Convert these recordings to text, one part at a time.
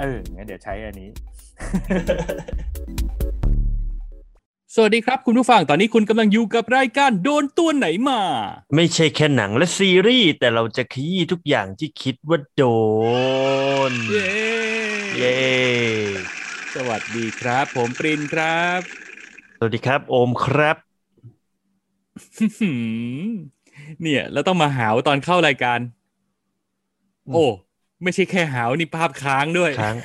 เอองั้นเดี๋ยวใช้อันนี้ สวัสดีครับคุณผู้ฟัง ตอนนี้คุณกำลังอยู่กับรายการโดนตัวไหนมา ไม่ใช่แค่หนังและซีรีส์แต่เราจะขยี้ทุกอย่างที่คิดว่าโดน เย้ เย้ สวัสดีครับ ผมปรินครับ สวัสดีครับ โอมครับ อื้อหือเนี่ย แล้วต้องมาหาวตอนเข้ารายการ อืม โอ้ ไม่ใช่แค่หาวนี่ภาพค้างด้วย ค้าง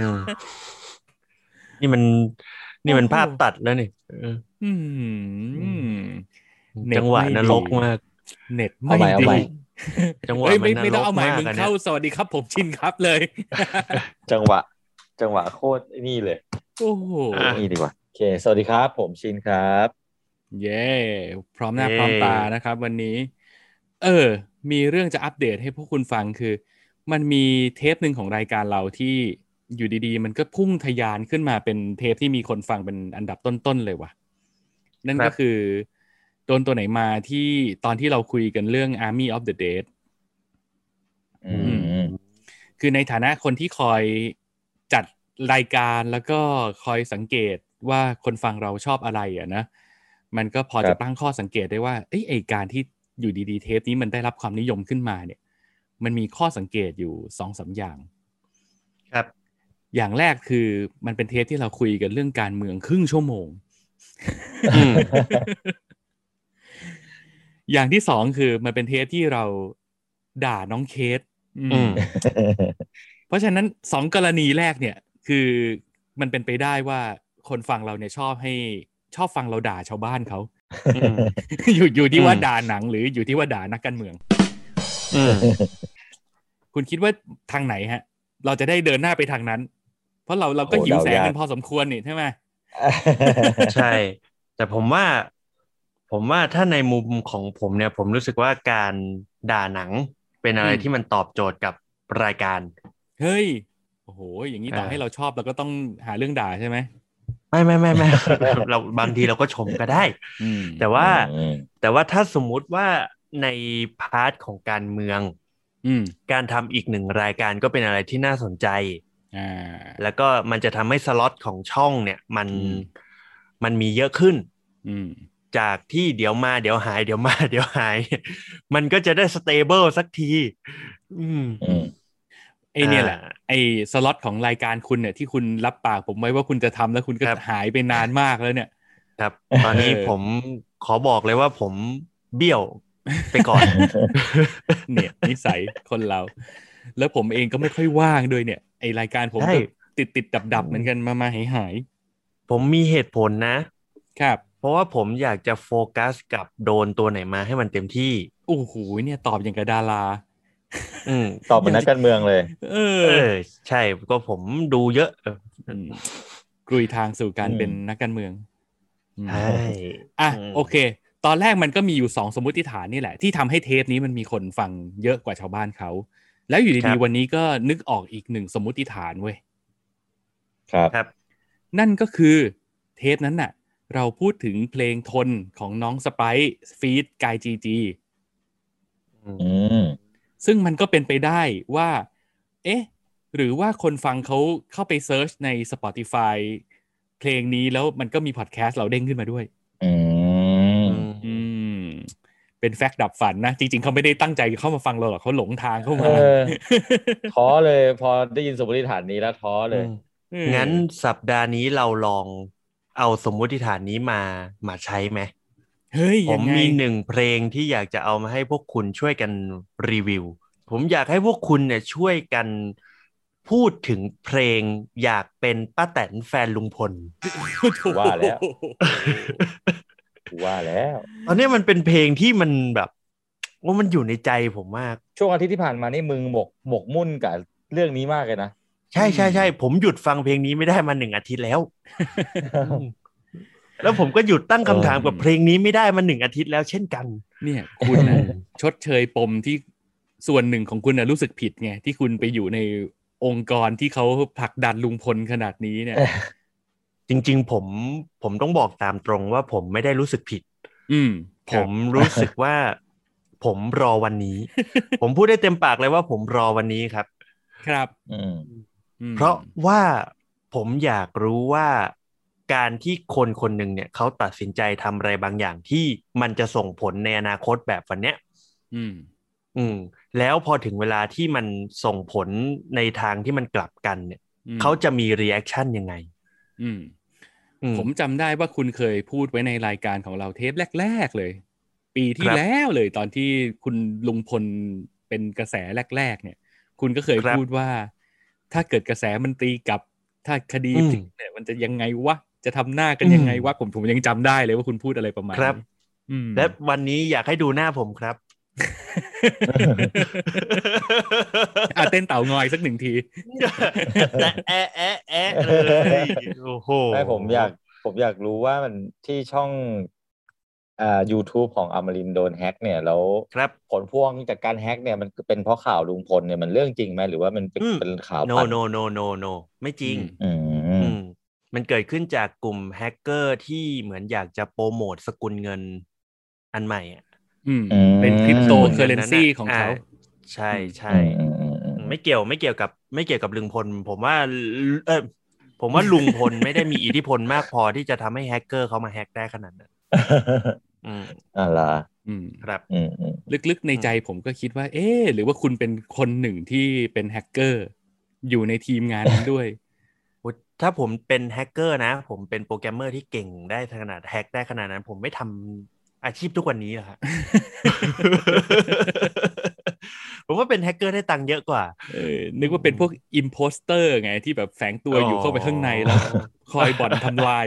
อืมนี่มัน นี่มันภาพตัดแล้วนี่เออ อื้อหือ เน็ต จังหวะ ไม่ดี นรกมาก เน็ต เอา ไม่ ใหม่เอา ดี ใหม่ จังหวะ เฮ้ย มั ไม่ นน ไม่ ร ต้อง ก เอาใหม่ มาก มึง อะเนี่ เข้าย สวัสดีครับ ผมชินครับเลย จังหวะ จังหวะโคตรไอ้นี่เลย โอ้โห ะ นี่ดีกว่าโอเค สวัสดีครับ ผมชินครับ เย้พร้อมหน้า เย้ พร้อมตานะครับ วันนี้ เออ มีเรื่องจะอัปเดตให้พวกคุณฟังคือ มันมีเทปหนึ่งของรายการเราที่อยู่ดีๆ มันก็พุ่งทะยานขึ้นมาเป็นเทปที่มีคนฟังเป็นอันดับต้นๆเลยว่ะ นั่นก็คือโดนตัวไหนมาที่ตอนที่เราคุยกันเรื่อง Army of the Dead อืม คือในฐานะคนที่คอยจัดรายการแล้วก็คอยสังเกตว่าคนฟังเราชอบอะไรอ่ะนะมันก็พอ ครั จะ บ ตั้งข้อสังเกตได้ว่าเอ้ยไอการที่อยู่ดีๆเทปนี้มันได้รับความนิยมขึ้นมาเนี่ย มันมีข้อสังเกตอยู่สองสามอย่าง ครับ อย่างแรกคือมันเป็นเทปที่เราคุยกันเรื่องการเมืองครึ่งชั่วโมง อืม อย่างที่สองคือมันเป็นเทปที่เราด่าน้องเคสอืม อืม เพราะฉะนั้นสองกรณีแรกเนี่ยคือมันเป็นไปได้ว่าคนฟังเราเนี่ยชอบให้ชอบฟังเราด่าชาวบ้านเขา อืม อยู่อยู่ที่ว่า อืม ด่าหนังหรืออยู่ที่ว่าด่านักการเมือง อืม คุณคิดว่าทางไหนฮะ เราจะได้เดินหน้าไปทางนั้น เพราะเราเราก็ โอ้ หิวแสง เดายาก กันพอสมควรนี่ใช่ไหม ใช่ แต่ผมว่า ผมว่าถ้าในมุมของผมเนี่ย ผมรู้สึกว่าการด่าหนังเป็นอะไรที่มันตอบโจทย์กับรายการ เฮ้ยโอ้โห อย่างนี้ต่อ เออ ให้เราชอบเราก็ต้องหาเรื่องด่าใช่ไหม ไม่ไม่ไม่ไม่ เราบางทีเราก็ชมก็ได้ อืม แต่ว่า อืม แต่ว่าถ้าสมมุติว่าในพาร์ทของการเมือง อืม การทำอีกหนึ่งรายการก็เป็นอะไรที่น่าสนใจ อ่า แล้วก็มันจะทำให้สล็อตของช่องเนี่ย มัน อืม มันมีเยอะขึ้น อืม จากที่เดี๋ยวมาเดี๋ยวหายเดี๋ยวมา เดี๋ยวหาย มันก็จะได้สเตเบิลสักที อืม อืม ไอเนี่ยแหละ อ่า ไอ้สล็อตของรายการคุณเนี่ยที่คุณรับปากผมไว้ว่าคุณจะทำแล้วคุณก็ ครับ หายไปนานมากแล้วเนี่ย ครับ ตอนนี้ เออ ผมขอบอกเลยว่าผมเบี้ยวไปก่ อน เนี่ยนิสัยคนเรา แล้วผมเองก็ไม่ค่อยว่างด้วยเนี่ย ไอรายการผม ใช่ ก็ติดติดดับดับๆเหมือนกันมามาหายหาย ผมมีเหตุผลนะ ๆครับ เพราะว่าผมอยากจะโฟกัสกับโดนตัวไหนมาให้มันเต็มที่ โอ้โหเนี่ยตอบอย่างกับดารา อืม ตอบเป็นนักการเมืองเลย เอ เอ อ อ ใช่ก็ผมดูเยอะเออ มกลุยทางสู่การ อืม เป็นนักการเมืองอืม ใช่ อ่ะ อืม โอเค ตอนแรกมันก็มีอยู่สองสมมติฐานนี่แหละ ที่ทำให้เทปนี้มันมีคนฟังเยอะกว่าชาวบ้านเขา แล้วอยู่ดีๆวันนี้ก็นึกออกอีกหนึ่งสมมติฐานเว้ย ครับ ครับ นั่นก็คือเทปนั้นน่ะ เราพูดถึงเพลงทนของน้องสไปซ์ฟีดกายจีจี อืม ซึ่งมันก็เป็นไปได้ว่า เอ๊ะ หรือว่าคนฟังเขาเข้าไปเซิร์ชใน Spotify เพลงนี้แล้วมันก็มีพอดแคสต์เราเด้งขึ้นมาด้วย อืม อืม เป็นแฟกต์ดับฝันนะ จริง ๆ เขาไม่ได้ตั้งใจเข้ามาฟังเราหรอกเขาหลงทางเข้ามา เออ ท้อเลย พอได้ยินสมมติฐานนี้แล้วท้อเลย เออ งั้นสัปดาห์นี้เราลองเอาสมมุติฐานนี้มามาใช้ไหม เฮ้ย ผ ยั ม งไง มีหนึ่งเพลงที่อยากจะเอามาให้พวกคุณช่วยกันรีวิว ผมอยากให้พวกคุณเนี่ยช่วยกันพูดถึงเพลงอยากเป็นป้าแตนแฟนลุงพล ว่าแล้ว กูว่าแล้ว ตอนนี้มันเป็นเพลงที่มันแบบว่ามันอยู่ในใจผมมาก ช่วงอาทิตย์ที่ผ่านมานี่มึงหมกหมกมุ่นกับเรื่องนี้มากเลยนะ ใช่ใช่ใช่ผมหยุดฟังเพลงนี้ไม่ได้มาหนึ่งอาทิตย์แล้ว แล้วผมก็หยุดตั้งคำถามกับเพลงนี้ไม่ได้มาหนึ่งอาทิตย์แล้วเช่นกัน เนี่ยคุณนะ ชดเชยปมที่ส่วนหนึ่งของคุณนะรู้สึกผิดไงที่คุณไปอยู่ในองค์กรที่เขาผลักดันลุงพลขนาดนี้เนี่ย จริง ๆ ผมผมต้องบอกตามตรงว่าผมไม่ได้รู้สึกผิด อืม ผ ครับ มรู้สึกว่า ผมรอวันนี้ ผมพูดได้เต็มปากเลยว่าผมรอวันนี้ครับ ครับ อืม อืม เพราะว่าผมอยากรู้ว่าการที่คนคนหนึ่งเนี่ยเขาตัดสินใจทำอะไรบางอย่างที่มันจะส่งผลในอนาคตแบบวันเนี้ย อืม อืม แล้วพอถึงเวลาที่มันส่งผลในทางที่มันกลับกันเนี่ย อืม เขาจะมีรีแอคชั่นยังไง อืม อืม ผมจำได้ว่าคุณเคยพูดไว้ในรายการของเราเทปแรก ๆ เลย ปี ค ที่ รับ แล้วเลยตอนที่คุณลุงพลเป็นกระแสแรก ๆ เนี่ย คุณก็เคย ครับ พูดว่า ถ้าเกิดกระแสมันตีกลับ ถ้าคดี อืม พลิกเนี่ยมันจะยังไงวะจะทำหน้ากันยังไงวะผมผมยังจำได้เลยว่าคุณพูดอะไรประมาณ ครับ นี้อืม และวันนี้อยากให้ดูหน้าผม ครับ อ่ะเต้นเต่างอยสักหนึ่งที แต่แอะแอะแอะเลยโอ้โห ไม่ผมอยากผมอยากรู้ว่ามันที่ช่องอ่า YouTube ของอมรินทร์โดนแฮ็กเนี่ยแล้ว ครับ ผลพวงจากการแฮ็กเนี่ยมันเป็นเพราะข่าวลุงพลเนี่ยมันเรื่องจริงไหมหรือว่ามันเป็น อืม เป็นข่าว no ปั่ no no no no ไม่จริง อืม อืมมันเกิดขึ้นจากกลุ่มแฮกเกอร์ที่เหมือนอยากจะโปรโมทสกุลเงินอันใหม่อะ อืม อืม เป็นคริปโต สกุล เคอ งิ เรน นั้น ซี น่ะ ของเขา ใช่ใช่ อืมอืมอืม ไม่เกี่ยวไม่เกี่ยวกับไม่เกี่ยวกับลุงพล ผมว่าเออผมว่าลุงพล ไม่ได้มีอิทธิพลมากพอที่จะทำให้แฮกเกอร์เขามาแฮกได้ขนาดนั้นอืม อ่าล่ะ อืม ครับ อืมอืม ลึกๆในใจผมก็คิดว่า เอ๊ะหรือว่าคุณเป็นคนหนึ่งที่เป็นแฮกเกอร์ อยู่ในทีมงานนั้นด้วย ถ้าผมเป็นแฮกเกอร์นะ ผมเป็นโปรแกรมเมอร์ที่เก่งได้ขนาดแฮกได้ขนาดนั้น ผมไม่ทำอาชีพทุกวันนี้หรอกฮะ ผมว่าเป็นแฮกเกอร์ได้ตังค์เยอะกว่า เออนึกว่าเป็นพวกอิมโพสเตอร์ไงที่แบบแฝงตัว อ๋อ อ อ ยู่เข้าไปข้างในแล้ว คอยบ่อนทำลาย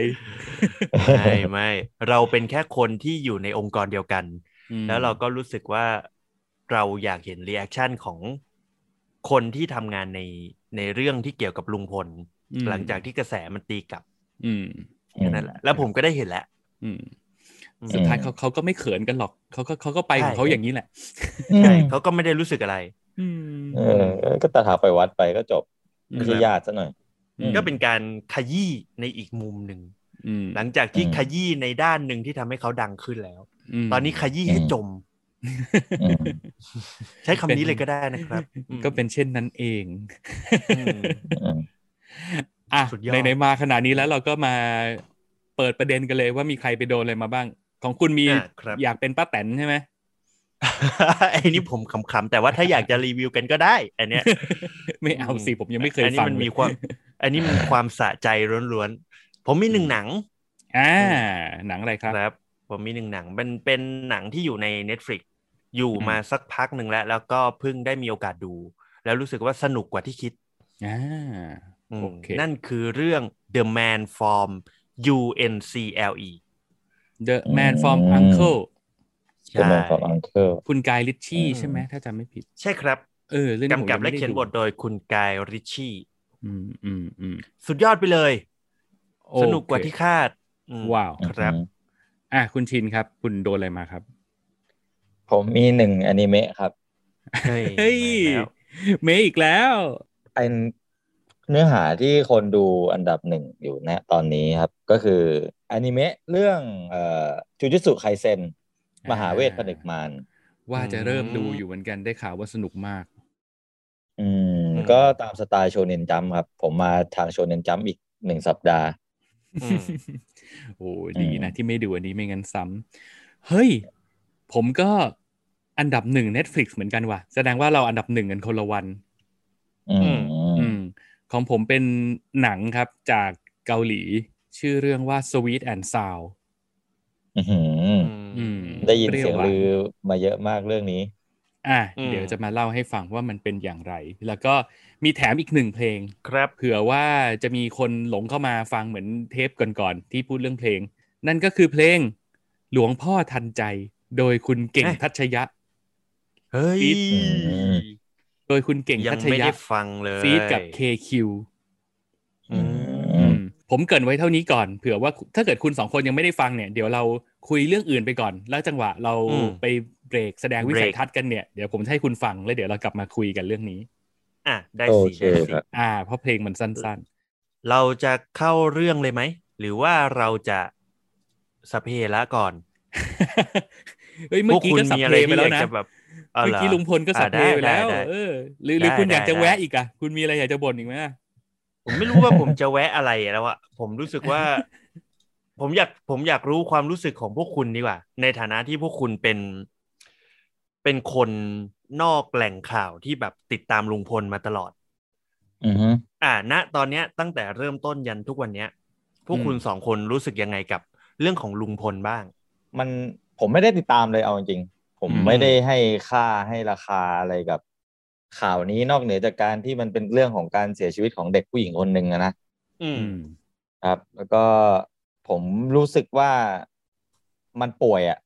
ไม่ไม่เราเป็นแค่คนที่อยู่ในองค์กรเดียวกัน อืม แล้วเราก็รู้สึกว่าเราอยากเห็นรีแอคชั่นของคนที่ทำงานในในเรื่องที่เกี่ยวกับลุงพล อืม หลังจากที่กระแสมันตีกลับ อืม อืม แค่นั้นแหละแล้วผมก็ได้เห็นแล้ว อืม อืม สุดท้ายเขาเขาก็ไม่เขินกันหรอกเขาก็เขาก็ไปของ ใช่ เขาอย่างนี้แหละ ใช่เขาก็ไม่ได้รู้สึกอะไร อืม เออก็ตาถาไปวัดไปก็จบ อืม ไม่ใช่ญาติซะหน่อย อืม ก็เป็นการขยี้ในอีกมุมหนึ่ง อืม หลังจากที่ อืม ขยี้ในด้านหนึ่งที่ทำให้เขาดังขึ้นแล้ว ม ตอนนี้ขยี้ให้จม อืม ใช้คำนี้ เป็น เลยก็ได้นะครับอืม ก็เป็นเช่นนั้นเอง อืม อืม อ่ะ สุดยอด ไหนๆมาขนาดนี้แล้วเราก็มาเปิดประเด็นกันเลยว่ามีใครไปโดนอะไรมาบ้าง ของคุณมี อ่ะครับ อยากเป็นป้าแตนใช่ไหม ไอ้นี่ผมขำๆแต่ว่าถ้าอยากจะรีวิวกันก็ได้ อันเนี้ย ไม่เอาสิ ผมยังไม่เคย อันนี้ ฟัง มัน เลย มีความ อันนี้มันความสะใจล้วนๆ ผมมีหนึ่งหนัง อ่า หนังอะไรครับ ครับ ผมมีหนึ่งหนัง มันเป็นหนังที่อยู่ใน Netflix อยู่ อืม มาสักพักหนึ่งแล้ว แล้วก็เพิ่งได้มีโอกาสดู แล้วรู้สึกว่าสนุกกว่าที่คิด อ่า อืม โอเค นั่นคือเรื่อง The Man from UNCLE The Man from อืม Uncle เดอะแมนของอังเคิล คุณกายลิชชี่ อืม ใช่ไหมถ้าจำไม่ผิด ใช่ครับ เออ เรื่องผม กำกับ งไม่ และ ไ เขียนบทโดยคุณกายริชชี่ อืมอืมอืม สุดยอดไปเลย โอเค สนุกกว่าที่คาดอืม ว้าว ครับ อ่ะ คุณชินครับ คุณโดนอะไรมาครับ ผมมีหนึ่งอนิเมะครับ เฮ้ย เฮ้ย มาแล้ว เมย์อีกแล้ว เป็นเนื้อหาที่คนดูอันดับหนึ่งอยู่นะตอนนี้ครับ ก็คืออนิเมะเรื่องเอ่อจูจ t สุไคเซนมหาเวทผนึกมาร ว่าจะเริ่มดู อืม อยู่เหมือนกันได้ข่าวว่าสนุกมาก อืม อืม ก็ตามสไตล์โชเนนจัมครับ ผมมาทางโชเนนจัมอีกหนึ่งสัปดาห์ อืม โอ้ดีนะ อืม ที่ไม่ดูอันนี้ไม่งั้นซ้ำเฮ้ย ผมก็อันดับหนึ่ง Netflix เหมือนกันว่ะ แสดงว่าเราอันดับหนึ่งกันคนละวัน อืม อืมของผมเป็นหนังครับจากเกาหลี ชื่อเรื่องว่า Sweet and Sound อื้อหือ อืม ได้ยินเสียง เปรี้ยวหวาน ลือมาเยอะมากเรื่องนี้ อ่ะ อืม เดี๋ยวจะมาเล่าให้ฟังว่ามันเป็นอย่างไร แล้วก็มีแถมอีกหนึ่งเพลง ครับ เผื่อว่าจะมีคนหลงเข้ามาฟังเหมือนเทปก่อนๆที่พูดเรื่องเพลง นั่นก็คือเพลงหลวงพ่อทันใจ โดยคุณเก่ง เอ๊ะ ทัชยะ เฮ้ย ฟีด อืม ยคุณเก่ง ยั ทั ง ช ไม่ ยะ ได้ฟังเลย ฟีดกับ KQ อืม อืม ผมเกรินไว้เท่านี้ก่อนเผื่อว่าถ้าเกิดคุณสองคนยังไม่ได้ฟังเนี่ยเดี๋ยวเราคุยเรื่องอื่นไปก่อน แล้วจังหวะเรา อืม ไปเบรกแสดงวิสัย เบรก ทัศน์กันเนี่ยเดี๋ยวผมจะให้คุณฟังแล้วเดี๋ยวเรากลับมาคุยกันเรื่องนี้ อ่ะได้ โอ สิ เค ได้สิ ครับ อ่า เพราะเพลงมันสั้น เราจะเข้าเรื่องเลยไหม หรือว่าเราจะสพเพละก่อน ๆ เฮ้ยเมื่อกี้ พว ก็ ณ สับ มี เพลงไรไป ที่ แล้วยอาก นะ จะแบบ เมื่อกี้ าหร ลุงพลก็สับเพลงไปแล้ว อ่าได้ได้ เออ หรือหรือ ได้ คุณอยากจะ ได้ แวะอีกอ่ะ คุณมีอะไรอยากจะบ่นอีกไหมอะ ผมไม่รู้ว่าผมจะแวะอะไรแล้วอะผมรู้สึกว่า ผมอยากผมอยากรู้ความรู้สึกของพวกคุณดีกว่า ในฐานะที่พวกคุณเป็น เป็นคนนอกแหล่งข่าวที่แบบติดตามลุงพลมาตลอด อือฮึ อ่าณตอนเนี้ยตั้งแต่เริ่มต้นยันทุกวันเนี้ย พวกคุณสองคนรู้สึกยังไงกับเรื่องของลุงพลบ้าง มันผมไม่ได้ติดตามเลยเอาจริงๆผม อืม ไม่ได้ให้ค่าให้ราคาอะไรกับ ข่าวนี้นอกเหนือจากการที่มันเป็นเรื่องของการเสียชีวิตของเด็กผู้หญิงคนหนึ่งอะนะ อืม ครับ แล้วก็ผมรู้สึกว่ามันป่วยอะ่ะ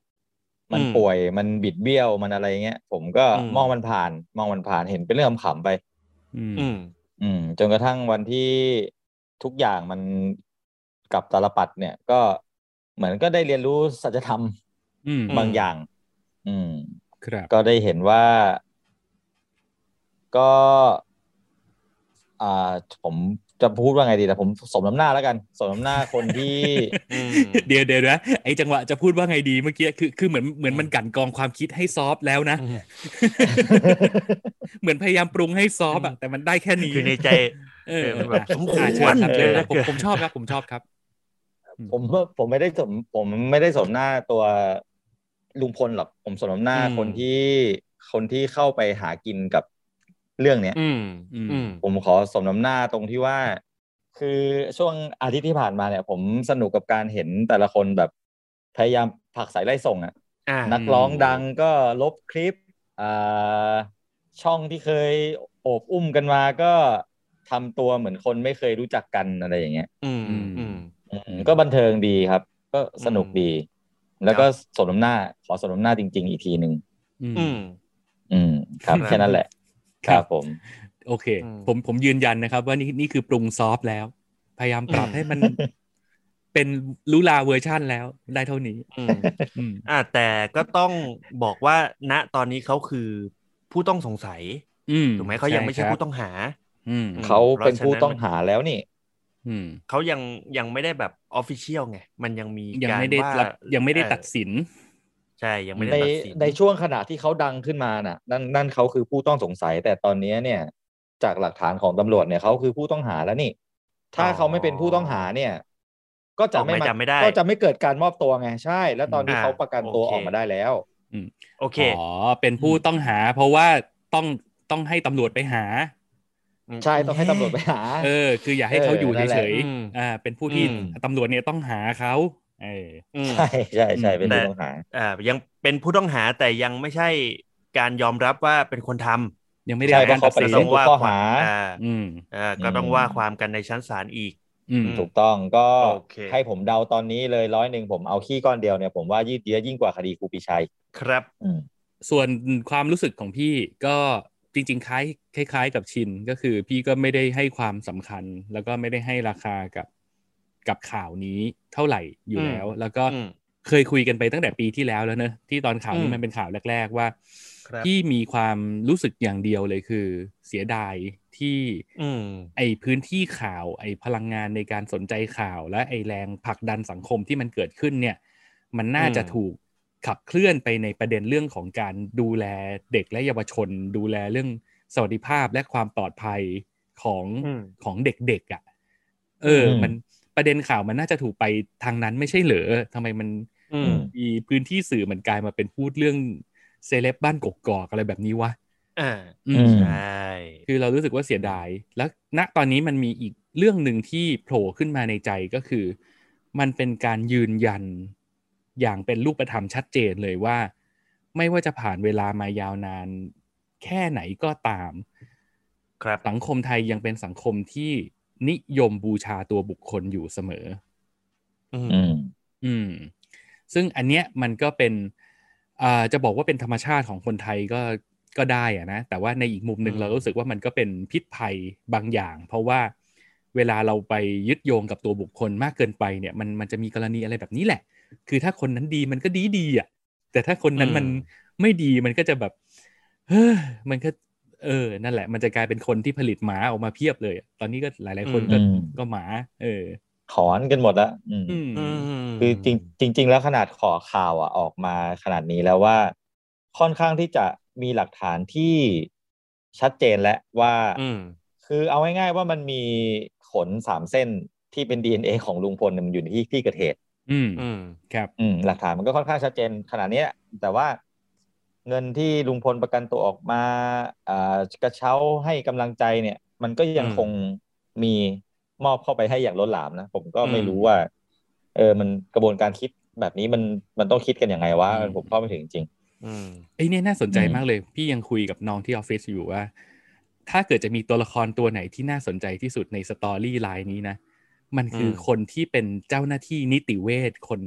มัน อืม ป่วยมันบิดเบี้ยวมันอะไรเงี้ยผมก็ อืม มองมันผ่าน มองมันผ่านเห็นเป็นเรื่องขำๆไป อืม อืม อืม จนกระทั่งวันที่ทุกอย่างมันกลับตาลปัดเนี่ย ก็เหมือนก็ได้เรียนรู้สัจธรรม อืม บางอย่าง อืม ครับ ก็ได้เห็นว่าก็อ่าผมจะพูดว่าไงดีแต่ผมสมน้ำหน้าแล้วกัน สมน้ำหน้าคนที่ อืม เดี๋ยวเดี๋ยวนะไอ้จังหวะจะพูดว่าไงดีเมื่อกี้คือคือเหมือนเหมือนมันกลั่นกรองความคิดให้ซอฟต์แล้วนะ อืม เหมือนพยายามปรุงให้ซอฟต์อะแต่มันได้แค่นี้ คือในใจ เออ เออมันแบบสมควร อ่ะเชิญครับเชิญครับผม เออ ผมชอบครับ ผมชอบครับ ผมว่าผมไม่ได้สมผมไม่ได้สมหน้าตัวลุงพลหรอกผมสมน้ำหน้า อืม คนที่คนที่เข้าไปหากินกับเรื่องเนี้ย อืม อืม อืม ผมขอสมน้ำหน้าตรงที่ว่า คือช่วงอาทิตย์ที่ผ่านมาเนี่ย ผมสนุกกับการเห็นแต่ละคนแบบพยายามผลักสายไล่ส่งอะ อ่า นักร้องดังก็ลบคลิปอ่าช่องที่เคยโอบอุ้มกันมาก็ทำตัวเหมือนคนไม่เคยรู้จักกันอะไรอย่างเงี้ย อืม อืม อืมก็บันเทิงดีครับ ก็สนุกดี แล้วก็สมน้ำหน้าขอสมน้ำหน้าจริง ๆ อีกทีหนึ่ง อืม อืม อืม ครับ ครับ แค่นั้นแหละ ค ครับ รับผม โอเค อืม ผมผมยืนยันนะครับ ว่านี่นี่คือปรุงซอฟต์แล้ว พยายามปรับ อืม ให้มัน เป็นลุลาเวอร์ชั่นแล้วได้เท่านี้ อืม อืม อ่าแต่ก็ต้องบอกว่าณตอนนี้เขาคือผู้ต้องสงสัย อืม ถูกไหมเขายังไม่ใช่ ครับ ผู้ต้องหา อืม เขาเป็นผู้ต้องหาแล้วนี่ อืม เขายังยังไม่ได้แบบออฟฟิเชียลไง มันยังมี ยัง การ ไม่ได้ ว่า รับยังไม่ได้ เอ่อ ตัดสิน ใช่ยังไม่ได้ ใน ตัดสิน ในช่วงขณะที่เขาดังขึ้นมาน่ะ นั่นนั่นเขาคือผู้ต้องสงสัย แต่ตอนนี้เนี่ย จากหลักฐานของตำรวจเนี่ยเขาคือผู้ต้องหาแล้วนี่ ถ้าเขาไม่เป็นผู้ต้องหาเนี่ย ก็จะ ออกห ไม่ มาย มา จับไม่ได้ ก็จะไม่เกิดการมอบตัวไงใช่ แล้วตอนนี้ อ่า เขาประกันตัว โอเค ออกมาได้แล้ว โอเค อ๋อ เป็นผู้ต้องหา เพราะว่าต้องต้องให้ตำรวจไปหา ม ใช่ต้องให้ตำรวจไปหา เออ คืออย่าให้เขาอยู่ เออนั่นแห เฉ ละ ย อืม ๆอ่า เป็นผู้ที่ อืม ตำรวจเนี่ยต้องหาเขาเออ อืม ใช่ใช่ใช่เป็น แต่ ผู้ต้องหา อ่ายังเป็นผู้ต้องหาแต่ยังไม่ใช่การยอมรับว่าเป็นคนทำ ยังไม่ได้ ใช่ รับการตัด เพราะเขาปฏิ สิน เสธ ทุกข้อหา อ่า อืม อ่าก็ต้องว่าความกันในชั้นศาลอีก อืม อืม ถูกต้องก็ โอเค ให้ผมเดาตอนนี้เลยร้อยหนึ่งผมเอาขี้ก้อนเดียวเนี่ยผมว่ายืดเยื้อยิ่งกว่าคดีครูปรีชัย ครับ อืม ส่วนความรู้สึกของพี่ก็จริง ๆ คล้ายคล้ายๆ กับชินก็คือพี่ก็ไม่ได้ให้ความสำคัญ แล้วก็ไม่ได้ให้ราคากับกับข่าวนี้เท่าไหร่อยู่แล้ว แล้วก็ อืม เคยคุยกันไปตั้งแต่ปีที่แล้วแล้วเนอะที่ตอนข่าว อื นี้ ม มันเป็นข่าวแรก ๆ ว่า ครับ พี่มีความรู้สึกอย่างเดียวเลยคือเสียดายที่ อืม ไอพื้นที่ข่าว ไอพลังงานในการสนใจข่าว และไอแรงผลักดันสังคมที่มันเกิดขึ้นเนี่ย มันน่าจะ อืม ถูกขับเคลื่อนไปในประเด็นเรื่องของการดูแลเด็กและเยาวชน ดูแลเรื่องสวัสดิภาพและความปลอดภัยของ อืม ของเด็กๆอะ่ะ เอออ ม มันประเด็นข่าวมันน่าจะถูกไปทางนั้นไม่ใช่เหรอทำไมมัน อืม มีพื้นที่สื่อมันกลายมาเป็นพูดเรื่องเซเลบบ้านกกอกๆอะไรแบบนี้วะ อ่า อื อื ม ม ใช่ คือเรารู้สึกว่าเสียดาย แล้วณตอนนี้มันมีอีกเรื่องหนึ่งที่โผล่ขึ้นมาในใจก็คือ มันเป็นการยืนยันอย่างเป็นรูปธรรมชัดเจนเลยว่า ไม่ว่าจะผ่านเวลามายาวนานแค่ไหนก็ตาม ครับ สังคมไทยยังเป็นสังคมที่นิยมบูชาตัวบุคคลอยู่เสมอ อืม อืม อืม ซึ่งอันเนี้ยมันก็เป็นอ่าจะบอกว่าเป็นธรรมชาติของคนไทยก็ ก็ได้อะนะแต่ว่าในอีกมุมหนึ่ง อืม เรารู้สึกว่ามันก็เป็นพิษภัยบางอย่าง เพราะว่าเวลาเราไปยึดโยงกับตัวบุคคลมากเกินไปเนี่ยมันมันจะมีกรณีอะไรแบบนี้แหละ คือถ้าคนนั้นดีมันก็ดีดีอ่ะแต่ถ้าคนนั้นมัน อืม ไม่ดีมันก็จะแบบเฮ้ยมันก็เออนั่นแหละ มันจะกลายเป็นคนที่ผลิตหมาออกมาเพียบเลยอะตอนนี้ก็หลาย ๆ คนก็ อืม ก็หมา เออ ถอนกันหมดแล้วอืม อืม ม คือจริงจริง ๆ แล้วขนาดขอข่าวอ่ะออกมาขนาดนี้แล้วว่า ค่อนข้างที่จะมีหลักฐานที่ชัดเจนแล้วว่า อืม คือเอาง่ายๆว่ามันมีขนสามเส้นที่เป็น DNA ของลุงพลเนี่ยมันอยู่ในที่ที่เกิดเหตุ อืม อืม ครับ อืมหลักฐานมันก็ค่อนข้างชัดเจนขนาดเนี้ยแต่ว่าเงินที่ลุงพลประกันตัวออกมาอ่ากระเช้าให้กำลังใจเนี่ย มันก็ยัง อืม คงมีมอบเข้าไปให้อย่างล้นหลามนะ ผมก็ไม่ อืม รู้ว่า เออมันกระบวนการคิดแบบนี้มันมันต้องคิดกันยังไงวะ อืม ผมเข้าไม่ถึงจริง อืม ไอ้ยเนี่ยน่าสนใจ อืม มากเลย พี่ยังคุยกับน้องที่ออฟฟิศอยู่ว่า ถ้าเกิดจะมีตัวละครตัวไหนที่น่าสนใจที่สุดในสตอรี่ไลน์นี้นะ มันคืออ ม คนที่เป็นเจ้าหน้าที่นิติเวชคน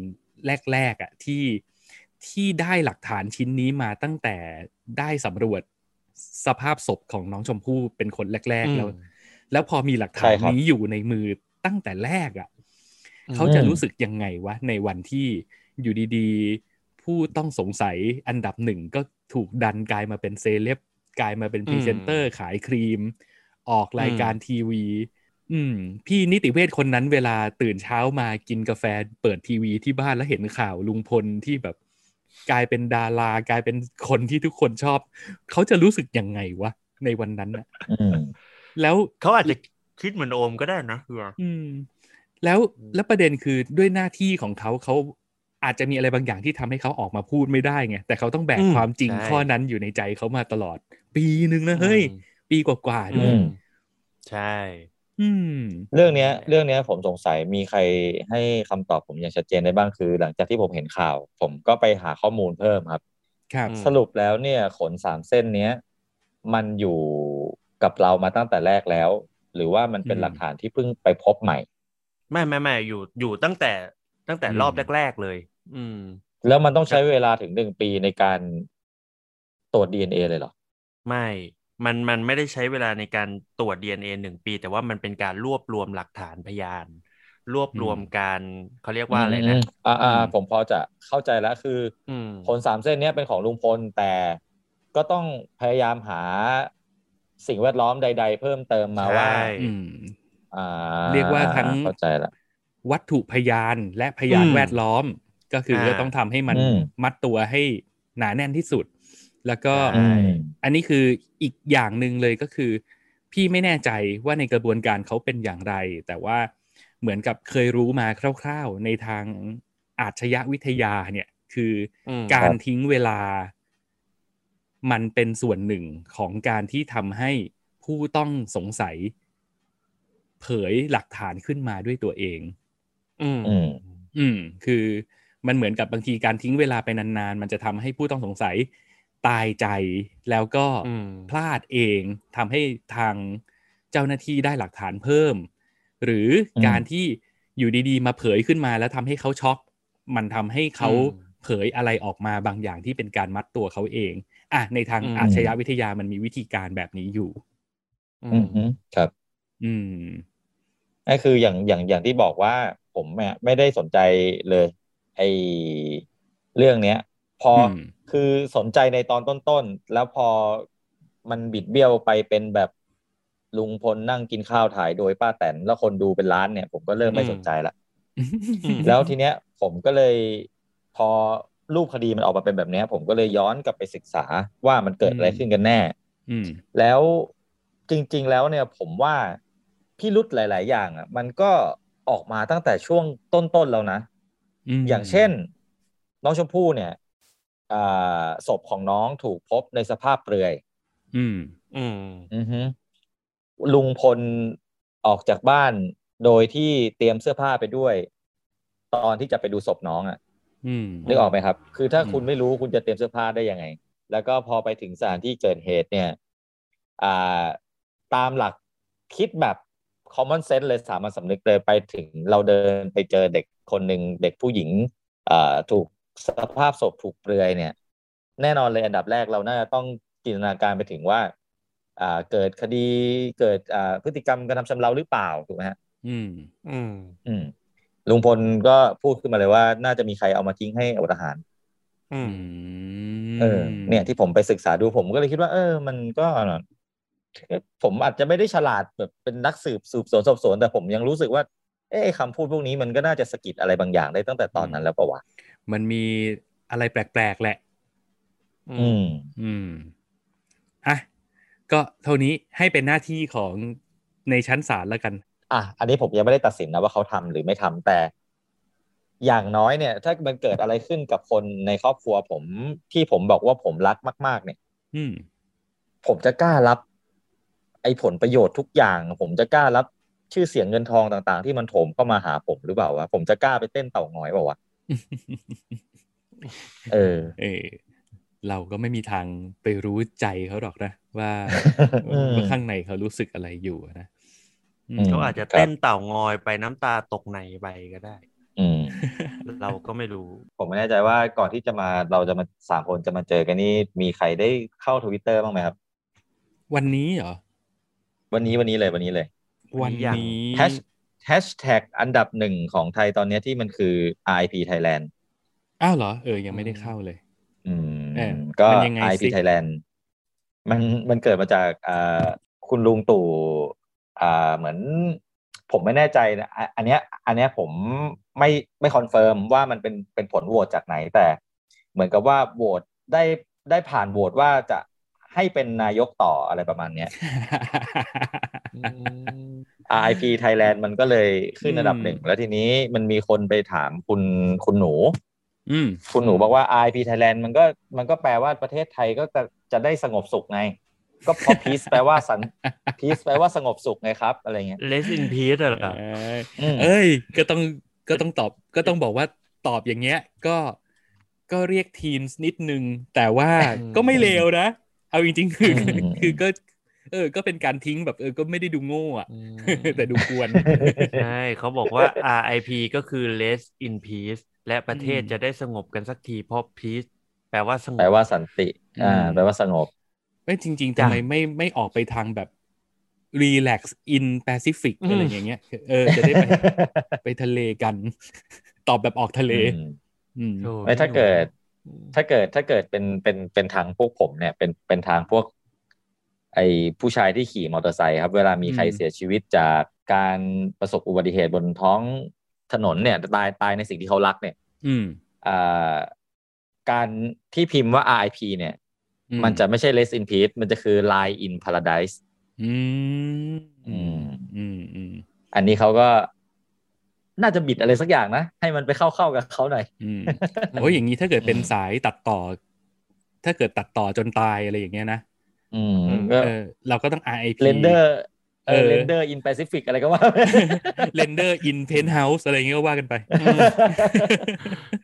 แรกๆอะ่ะที่ที่ได้หลักฐานชิ้นนี้มาตั้งแต่ได้สำรวจสภาพศพของน้องชมพู่เป็นคนแรกๆแล้ว แล้วพอมีหลักฐาน ใช่ครับ นี้อยู่ในมือตั้งแต่แรกอะ่ะ อืม เขาจะรู้สึกยังไงวะในวันที่อยู่ดีๆ ผู้ต้องสงสัยอันดับหนึ่งก็ถูกดันกลายมาเป็นเซเลบกลายมาเป็นพรีเซนเตอร์ขายครีม ออกรายการทีวี อืม พี่นิติเวชคนนั้นเวลาตื่นเช้ามากินกาแฟเปิดทีวีที่บ้านแล้วเห็นข่าวลุงพลที่แบบ กลายเป็นดารากลายเป็นคนที่ทุกคนชอบ เขาจะรู้สึกยังไงวะในวันนั้นนะ ืม แล้ว เขาอาจจะคิดเหมือนโอมก็ได้นะคือ อืมแล้ว อืม แล้วประเด็นคือด้วยหน้าที่ของเขาเขาอาจจะมีอะไรบางอย่างที่ทำให้เขาออกมาพูดไม่ได้ไงแต่เขาต้องแบก อืม ความจริง ใช่ ข้อนั้นอยู่ในใจเขามาตลอด ปีหนึ่งนะเฮ้ย ปีกว่าๆ อื ด้วย ม มใช่ อืม เรื่องเนี้ย เรื่องเนี้ยผมสงสัยมีใครให้คำตอบผมอย่างชัดเจนได้บ้างคือ หลังจากที่ผมเห็นข่าว ผมก็ไปหาข้อมูลเพิ่มครับ ครับ อืม สรุปแล้วเนี่ยขนสามเส้นเนี้ยมันอยู่กับเรามาตั้งแต่แรกแล้ว หรือว่ามันเป็น อืม หลักฐานที่เพิ่งไปพบใหม่ ไม่ไม่ไม่อยู่อยู่ตั้งแต่ตั้งแต่ อืม รอบแรก ๆ เลย อืม แล้วมันต้องใช้เวลาถึงหนึ่งปีในการตรวจ DNA เลยเหรอ ไม่ มันมันไม่ได้ใช้เวลาในการตรวจ DNA หนึ่งปี แต่ว่ามันเป็นการรวบรวมหลักฐานพยาน รวบรวมการเขาเรียกว่าอะไรนะ มอ่า อื อ่าม ผมพอจะเข้าใจแล้วคืออ ม ขนสามเส้นเนี้ยเป็นของลุงพลแต่ก็ต้องพยายามหาสิ่งแวดล้อมใด ๆ เพิ่มเติมมาว่า ใช่ อืม อ่า เรียกว่าทั้ง เข้าใจละ วัตถุพยานและพยาน อืม แวดล้อม ก็คืออา ก็ต้องทำให้มัน อืม มัดตัวให้หนาแน่นที่สุด แล้วก็ ใช่ อันนี้คืออีกอย่างหนึ่งเลยก็คือ พี่ไม่แน่ใจว่าในกระบวนการเขาเป็นอย่างไร แต่ว่าเหมือนกับเคยรู้มาคร่าวๆ ในทางอาชญวิทยาเนี่ย คืออ ม การ ครับ ทิ้งเวลา มันเป็นส่วนหนึ่งของการที่ทำให้ผู้ต้องสงสัย เผยหลักฐานขึ้นมาด้วยตัวเอง อืม อืม อืม คือมันเหมือนกับบางทีการทิ้งเวลาไปนานๆ มันจะทำให้ผู้ต้องสงสัยตายใจแล้วก็ อืม พลาดเองทำให้ทางเจ้าหน้าที่ได้หลักฐานเพิ่ม หรือการที่อยู่ดีๆ มาเผยขึ้นมาแล้วทำให้เขาช็อก มันทำให้เขาเผยอะไรออกมาบางอย่างที่เป็นการมัดตัวเขาเองอ่ะในทาง อืม อาชญาวิทยามันมีวิธีการแบบนี้อยู่ อื อื ม มฮึครับ อืม ก็คืออย่างอย่างอย่างที่บอกว่าผมเนี่ยไม่ได้สนใจเลยไอเรื่องเนี้ย พออ ม คือสนใจในตอนต้นๆ แล้วพอมันบิดเบี้ยวไปเป็นแบบลุงพลนั่งกินข้าวถ่ายโดยป้าแตนแล้วคนดูเป็นล้านเนี่ย ผมก็เริ่มไม่ อืม สนใจละ อืม แล้วทีเนี้ยผมก็เลยพอรูปคดีมันออกมาเป็นแบบเนี้ย ผมก็เลยย้อนกลับไปศึกษาว่ามันเกิดอะไรขึ้นกันแน่ อืม แล้วจริง ๆ แล้วเนี่ยผมว่าพิรุธหลาย ๆ อย่างอ่ะ มันก็ออกมาตั้งแต่ช่วงต้น ๆ แล้วนะ ม อย่างเช่น น้องชมพู่เนี่ยอ่าศพของน้องถูกพบในสภาพเปลือย อืม อืม อือฮึลุงพลออกจากบ้านโดยที่เตรียมเสื้อผ้าไปด้วย ตอนที่จะไปดูศพน้องอ่ะ อืม นึกออกไหมครับ คือถ้า อืม คุณไม่รู้คุณจะเตรียมเสื้อผ้าได้ยังไง แล้วก็พอไปถึงสถานที่เกิดเหตุเนี่ย อ่า ตามหลักคิดแบบ common sense เลยสามัญสำนึกเลยไปถึงเราเดินไปเจอเด็กคนหนึ่งเด็กผู้หญิง อ่า ถูกสภาพศพถูกเปลือยเนี่ย แน่นอนเลยอันดับแรกเราน่าจะต้องจิ จินตนาการไปถึงว่าอ่าเกิดคดีเกิดอ่าพฤติกรรมกระทำชำเราหรือเปล่าถูกไหมฮะ อืม อืม อืมลุงพลก็พูดขึ้นมาเลยว่า น่าจะมีใครเอามาทิ้งให้อดอาหาร อืม เออเนี่ยที่ผมไปศึกษาดูผมก็เลยคิดว่า เออ มันก็ ผมอาจจะไม่ได้ฉลาดแบบเป็นนักสืบสืบสวนสอบสวน แต่ผมยังรู้สึกว่า เอะไอ้คำพูดพวกนี้มันก็น่าจะสะกิดอะไรบางอย่างได้ตั้งแต่ตอนนั้นแล้วปะวะ มันมีอะไรแปลกๆแหละ อื อื ม ม อืม อ่ะ ก็เท่านี้ให้เป็นหน้าที่ของในชั้นศาลแล้วกัน อ่ะอันนี้ผมยังไม่ได้ตัดสินนะว่าเขาทำหรือไม่ทำแต่ อย่างน้อยเนี่ย ถ้ามันเกิดอะไรขึ้นกับคนในครอบครัวผมที่ผมบอกว่าผมรักมาก ๆ เนี่ย อืม ผมจะกล้ารับ ไอ้ผลประโยชน์ทุกอย่าง ผมจะกล้ารับชื่อเสียงเงินทองต่างๆ ที่มันโถมเข้ามาหาผมหรือเปล่าวะผมจะกล้าไปเต้นเต่างอยเปล่าวะเออ เออเราก็ไม่มีทางไปรู้ใจเขาหรอกนะ ว่า อืม ว่าข้างในเขารู้สึกอะไรอยู่นะอืม ม ก็อาจจะเต้นเต่างอยไปน้ำตาตกในไปก็ได้ อืม เราก็ไม่รู้ ผมไม่แน่ใจว่าก่อนที่จะมาเราจะมาสามคนจะมาเจอกันนี่มีใครได้เข้าทวิตเตอร์บ้างไหมครับ วันนี้เหรอ วันนี้วันนี้เลยวันนี้เลย วั วัน น นี้ยัง นี้ Hash- แฮชแท็กอันดับหนึ่งของไทยตอนเนี้ยที่มันคือ RIP Thailand อ้าวเหรอ เออ ยังไม่ได้เข้าเลย อืม เออ ก็ มันยังไง IP สิ Thailand มันมันเกิดมาจากอ่าคุณลุงตู่อ่าเหมือน ผมไม่แน่ใจนะอ่ะอันเนี้ย อันเนี้ยผมไม่ไม่คอนเฟิร์มว่ามันเป็นเป็นผลโหวตจากไหนแต่ เหมือนกับว่าโหวตได้ได้ผ่านโหวตว่าจะให้เป็นนายกต่ออะไรประมาณเนี้ย RIP Thailand มันก็เลยขึ้นอันดับหนึ่งแล้วทีนี้มันมีคนไปถามคุณคุณหนู อืม คุณหนูบอกว่า RIP Thailand มันก็มันก็แปลว่าประเทศไทยก็จะจะได้สงบสุขไง ก็เพอ peace แปลว่าสัน peace แปลว่าสงบสุขไงครับ อะไรเงี้ย Less in peace อะเหรอ เอ้ย อืม เอ้ย ก็ต้องก็ต้องตอบก็ต้องบอกว่าตอบอย่างเงี้ย ก็ก็เรียกทีนนิดนึง แต่ว่าก็ไม่เลวนะ เอาจริงๆคือคือคือก็ เออ ก็เป็นการทิ้งแบบเออก็ไม่ได้ดูโง่ อะ แต่ดูควร ใช่เขาบอกว่า RIP ก็คือ less in peace และประเทศ อืม จะได้สงบกันสักทีเพราะ peace แปลว่าสง แปล บ ว่าสันติ อ่า อืม แปลว่าสงบ ไม่จริงๆ จ้ะ ทำไมไม่ไม่ออกไปทางแบบ relax in Pacific อืม อะไรอย่างเงี้ยเออจะได้ไป ไปทะเลกัน ตอบแบบออกทะเล อืม อืม โถ่ ไม่ถ้า พี่หนุ่ เกิด ถ้าเกิดถ้าเกิดเป็นเป็นเป็นทางพวกผมเนี่ย เป็นเป็นทางพวก ไอผู้ชายที่ขี่มอเตอร์ไซค์ครับ เวลามีใคร อืม เสียชีวิตจากการประสบอุบัติเหตุบนท้องถนนเนี่ยตายตายในสิ่งที่เขารักเนี่ย อืม อ่าการที่พิมพ์ว่า RIP เนี่ย อืม มันจะไม่ใช่ Rest in Peace มันจะคือ Line in Paradise อืม อื อืม ม อืมอืม อันนี้เขาก็น่าจะบิดอะไรสักอย่างนะ ให้มันไปเข้าเข้าๆกับเขาหน่อย อืมโอ้ยอย่างนี้ถ้าเกิดเป็น อืม สายตัดต่อ ถ้าเกิดตัดต่อจนตายอะไรอย่างเงี้ยนะ อืมก็ เออ เราก็ต้อง RIP เรนเด อร์เออ เออ เรนเดอร์อินแปซิฟิกอะไรก็ว่า render in penthouse อะไรอย่างเงี้ยก็ว่ากันไป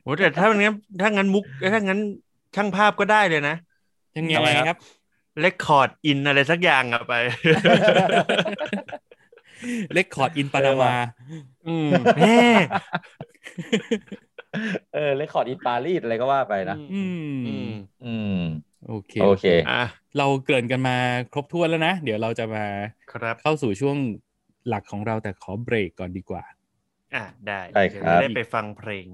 โหแต่ถ้างั้นถ้างั้นมุกถ้างั้นช่างภาพก็ได้เลยนะ ยังไง ทำไมครับ ครับ เลคคอร์ดอินอะไรสักอย่างอะไป เลคคอร์ดอินปานามา อืมแม่ เออเรคคอร์ดอินปารีสอะไรก็ว่าไปนะ อืม อืม อืม โอเค โอเค อ่ะ เราเกริ่นกันมาครบถ้วนแล้วนะ เดี๋ยวเราจะมา ครับ เข้าสู่ช่วงหลักของเราแต่ขอเบรกก่อนดีกว่า อ่ะได้ ได้ครัเยวบจะได้ไปฟังเพลง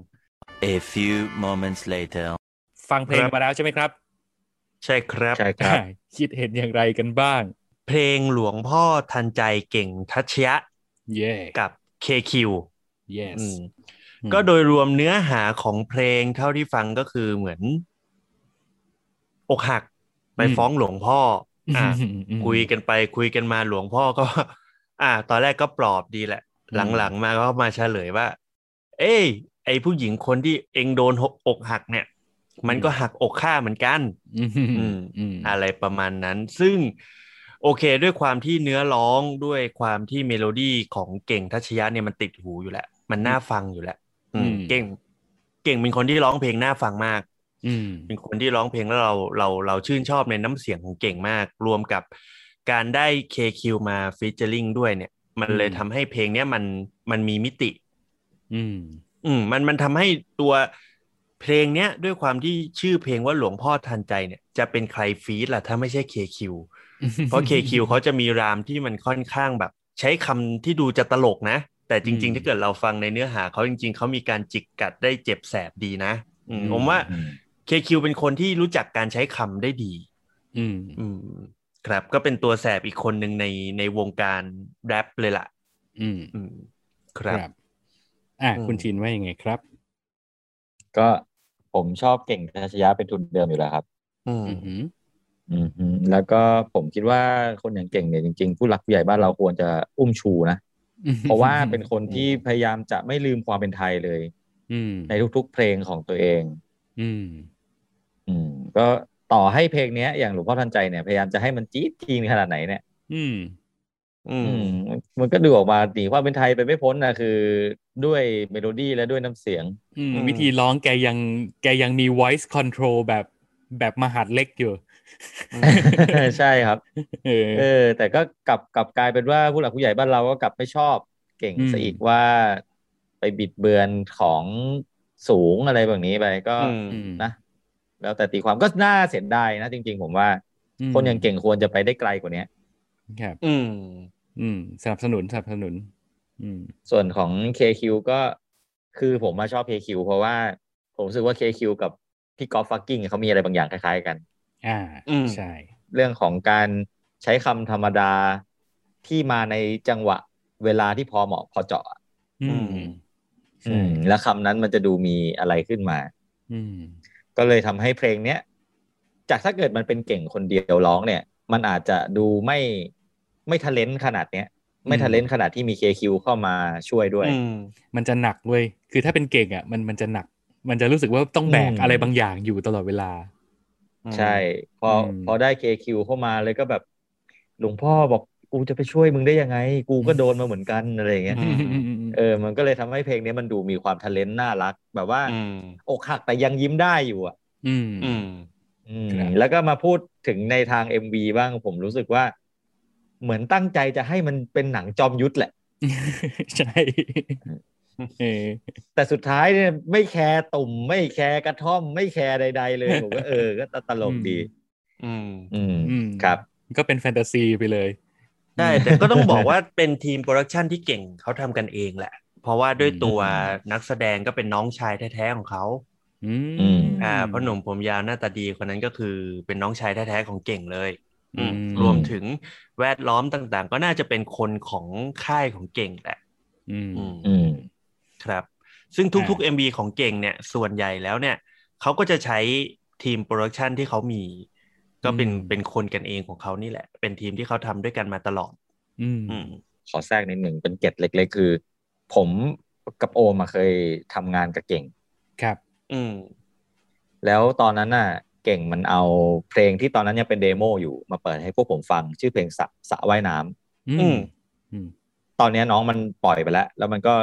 A few moments later. ฟังเพลง ครับ มาแล้วใช่ไหมครับ ใช่ครับ ใช่ครับ คิดเห็นอย่างไรกันบ้าง เพลงหลวงพ่อทันใจเก่งทัชยะ เย่ กับ KQ yes อืม อืม ก็โดยรวมเนื้อหาของเพลงเท่าที่ฟังก็คือเหมือน อกหักไป อืม ฟ้องหลวงพ่ออ่ะ อืม คุยกันไปคุยกันมาหลวงพ่อก็ อ่า ตอนแรกก็ปลอบดีแหละ หลังๆมาก็มาเฉลยว่า เอ้ยไอผู้หญิงคนที่เองโดนหกอกหักเนี่ย มันก็หักอกข้าเหมือนกัน อืมอืม อะไรประมาณนั้น ซึ่งโอเคด้วยความที่เนื้อร้องด้วยความที่เมโลดี้ของเก่งทัชยะเนี่ยมันติดหูอยู่แล้วมันน่าฟังอยู่แล้วอืมเก่ง เก่งเป็นคนที่ร้องเพลงน่าฟังมาก อืม เป็นคนที่ร้องเพลงแล้วเราเราเราชื่นชอบในน้ำเสียงของเก่งมาก รวมกับการได้ KQ มาฟีเจอริงด้วยเนี่ย มันเลยทำให้เพลงเนี้ยมันมันมีมิติ อืม อืมมันมันทำให้ตัว เพลงเนี้ยด้วยความที่ชื่อเพลงว่าหลวงพ่อทันใจเนี่ยจะเป็นใครฟีดล่ะถ้าไม่ใช่ KQ เพราะ KQ เขาจะมีรามที่มันค่อนข้างแบบ ใช้คำที่ดูจะตลกนะ แต่จริง อืม ๆ ถ้าเกิดเราฟังในเนื้อหาเขาจริง ๆ เขามีการจิกกัดได้เจ็บแสบดีนะอืม อืม ผมว่า อืม KQ เป็นคนที่รู้จักการใช้คำได้ดี อืม อืมครับก็เป็นตัวแสบอีกคนหนึ่งในในวงการแรปเลยล่ะ อืม อืมครับ อ่ะ อืม คุณชินว่ายังไงครับ ก็ผมชอบเก่งทัชยะเป็นทุนเดิมอยู่แล้วครับ อืม อือหือ อืมฮึแล้วก็ผมคิดว่าคนอย่างเก่งเนี่ยจริง ๆ ผู้หลักผู้ใหญ่บ้านเราควรจะอุ้มชูนะ เพราะว่าเป็นคนที่พยายามจะไม่ลืมความเป็นไทยเลย อืม ในทุกๆ เพลงของตัวเอง อืม อืมก็ต่อให้เพลงเนี้ยอย่างหลวงพ่อทันใจเนี่ยพยายามจะให้มันจี๊ดจริงขนาดไหนเนี่ย อืม อืม อืมมันก็ดูออกมาหนีความเป็นไทยไปไม่พ้นนะคือด้วยเมโลดี้และด้วยน้ำเสียง อืม อืม วิธีร้องแกยังแกยังมี voice control แบบแบบมหาดเล็กอยู่ ใช่ครับ เออ เออ แต่ก็กลับกลับกลายเป็นว่าผู้หลักผู้ใหญ่บ้านเราก็กลับไม่ชอบเก่ง อืม ซะอีกว่าไปบิดเบือนของสูงอะไรแบบนี้ไปก็ อืม ม นะ แล้วแต่ตีความก็น่าเสียดายนะจริง ๆ ผมว่า ม คนอย่างเก่งควรจะไปได้ไกลกว่านี้ ครับ อืม อืมสนับสนุนสนับสนุน อืม ส่วนของ KQ ก็คือผมมาชอบ KQ เพราะว่าผมรู้สึกว่า KQ กับพี่กอล์ฟฟักกิ้งเขามีอะไรบางอย่างคล้ายๆกัน อ่า อืม ใช่ เรื่องของการใช้คำธรรมดาที่มาในจังหวะเวลาที่พอเหมาะพอเจาะ อืม อืม ใช่ อืมแล้วคำนั้นมันจะดูมีอะไรขึ้นมา อืม ก็เลยทำให้เพลงเนี้ยจากถ้าเกิดมันเป็นเก่งคนเดียวร้องเนี่ย มันอาจจะดูไม่ไม่ทะเลนขนาดเนี้ย ไม่ อืม ทะเลนขนาดที่มี KQ เข้ามาช่วยด้วย อืม มันจะหนักเว้ยคือถ้าเป็นเก่งอ่ะมันมันจะหนัก มันจะรู้สึกว่าต้องแบก อืม อะไรบางอย่างอยู่ตลอดเวลา ใช่พออ ม พอได้ KQ เข้ามาเลยก็แบบ หลวงพ่อบอกกูจะไปช่วยมึงได้ยังไง กูก็โดนมาเหมือนกันอะไรอย่างเงี้ย อืม เออมันก็เลยทำให้เพลงเนี้ยมันดูมีความทะเลนน่ารัก แบบว่า อืม อกหักแต่ยังยิ้มได้อยู่อะ อืม อืม อืม ครับ แล้วก็มาพูดถึงในทาง MV บ้างผมรู้สึกว่า เหมือนตั้งใจจะให้มันเป็นหนังจอมยุทธแหละ ใช่เออ แต่สุดท้ายเนี่ยไม่แคร์ตุ่ม ไม่แคร์กระท่อม ไม่แคร์ใด ๆ เลย ผมก็เออ ก็ตลกดี อืม อืม อืม ครับ ก็เป็นแฟนตาซีไปเลย ใช่แต่ก็ต้องบอกว่าเป็นทีมโปรดักชันที่เก่งเขาทำกันเองแหละ เพราะว่าด้วยตัวนักแสดงก็เป็นน้องชายแท้ๆของเขา อืม อืม อ่าเพราะหนุ่มผมยาวหน้าตาดีคนนั้นก็คือเป็นน้องชายแท้ๆของเก่งเลย อื อื ม ม รวมถึงแวดล้อมต่างๆ ก็น่าจะเป็นคนของค่ายของเก่งแหละ อืม อืม อืม ครับ ซึ่งทุก อ่า ๆ MV ของเก่งเนี่ยส่วนใหญ่แล้วเนี่ยเขาก็จะใช้ทีมโปรดักชันที่เขามี ก็เป็น อืม เป็นคนกันเองของเขานี่แหละ เป็นทีมที่เขาทำด้วยกันมาตลอด อืม อืม ขอแทรกนิดหนึ่งเป็นเกร็ดเล็ก ๆ คือ ผมกับโอมาเคยทำงานกับเก่ง ครับ อืม แล้วตอนนั้นน่ะ เก่งมันเอาเพลงที่ตอนนั้นยังเป็นเดโมอยู่มาเปิดให้พวกผมฟังชื่อเพลงสระสระว่ายน้ำ อื อื ม ม ตอนเนี้ยน้องมันปล่อยไปแล้ว แล้วมันก็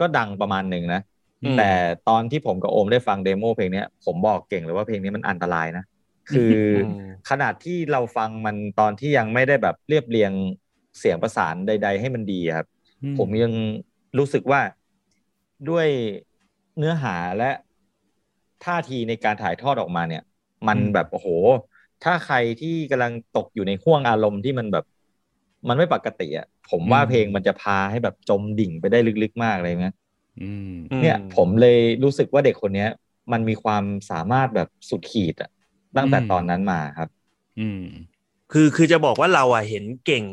ก็ดังประมาณหนึ่งนะ อืม แต่ตอนที่ผมกับโอมได้ฟังเดโมเพลงเนี้ยผมบอกเก่งเลยว่าเพลงนี้มันอันตรายนะ คืออ ม ขนาดที่เราฟังมันตอนที่ยังไม่ได้แบบเรียบเรียงเสียงประสานใด ๆ ให้มันดีอะครับ อื ผมยังรู้สึกว่าด้วยเนื้อหาและท่าทีในการถ่ายทอดออกมาเนี่ย มันแบบโอ้โห ถ้าใครที่กำลังตกอยู่ในห่วงอารมณ์ที่มันแบบ มันไม่ปกติอ่ะผมว่าเพลงมันจะพาให้แบบจมดิ่งไปได้ลึกๆมากเลยนะ อืม เนี่ย อืม ผมเลยรู้สึกว่าเด็กคนเนี้ย มันมีความสามารถแบบสุดขีดอ่ะตั้งแต่ อืม ตอนนั้นมาครับ อืม คือคือจะบอกว่าเราอ่ะเห็นเก่ง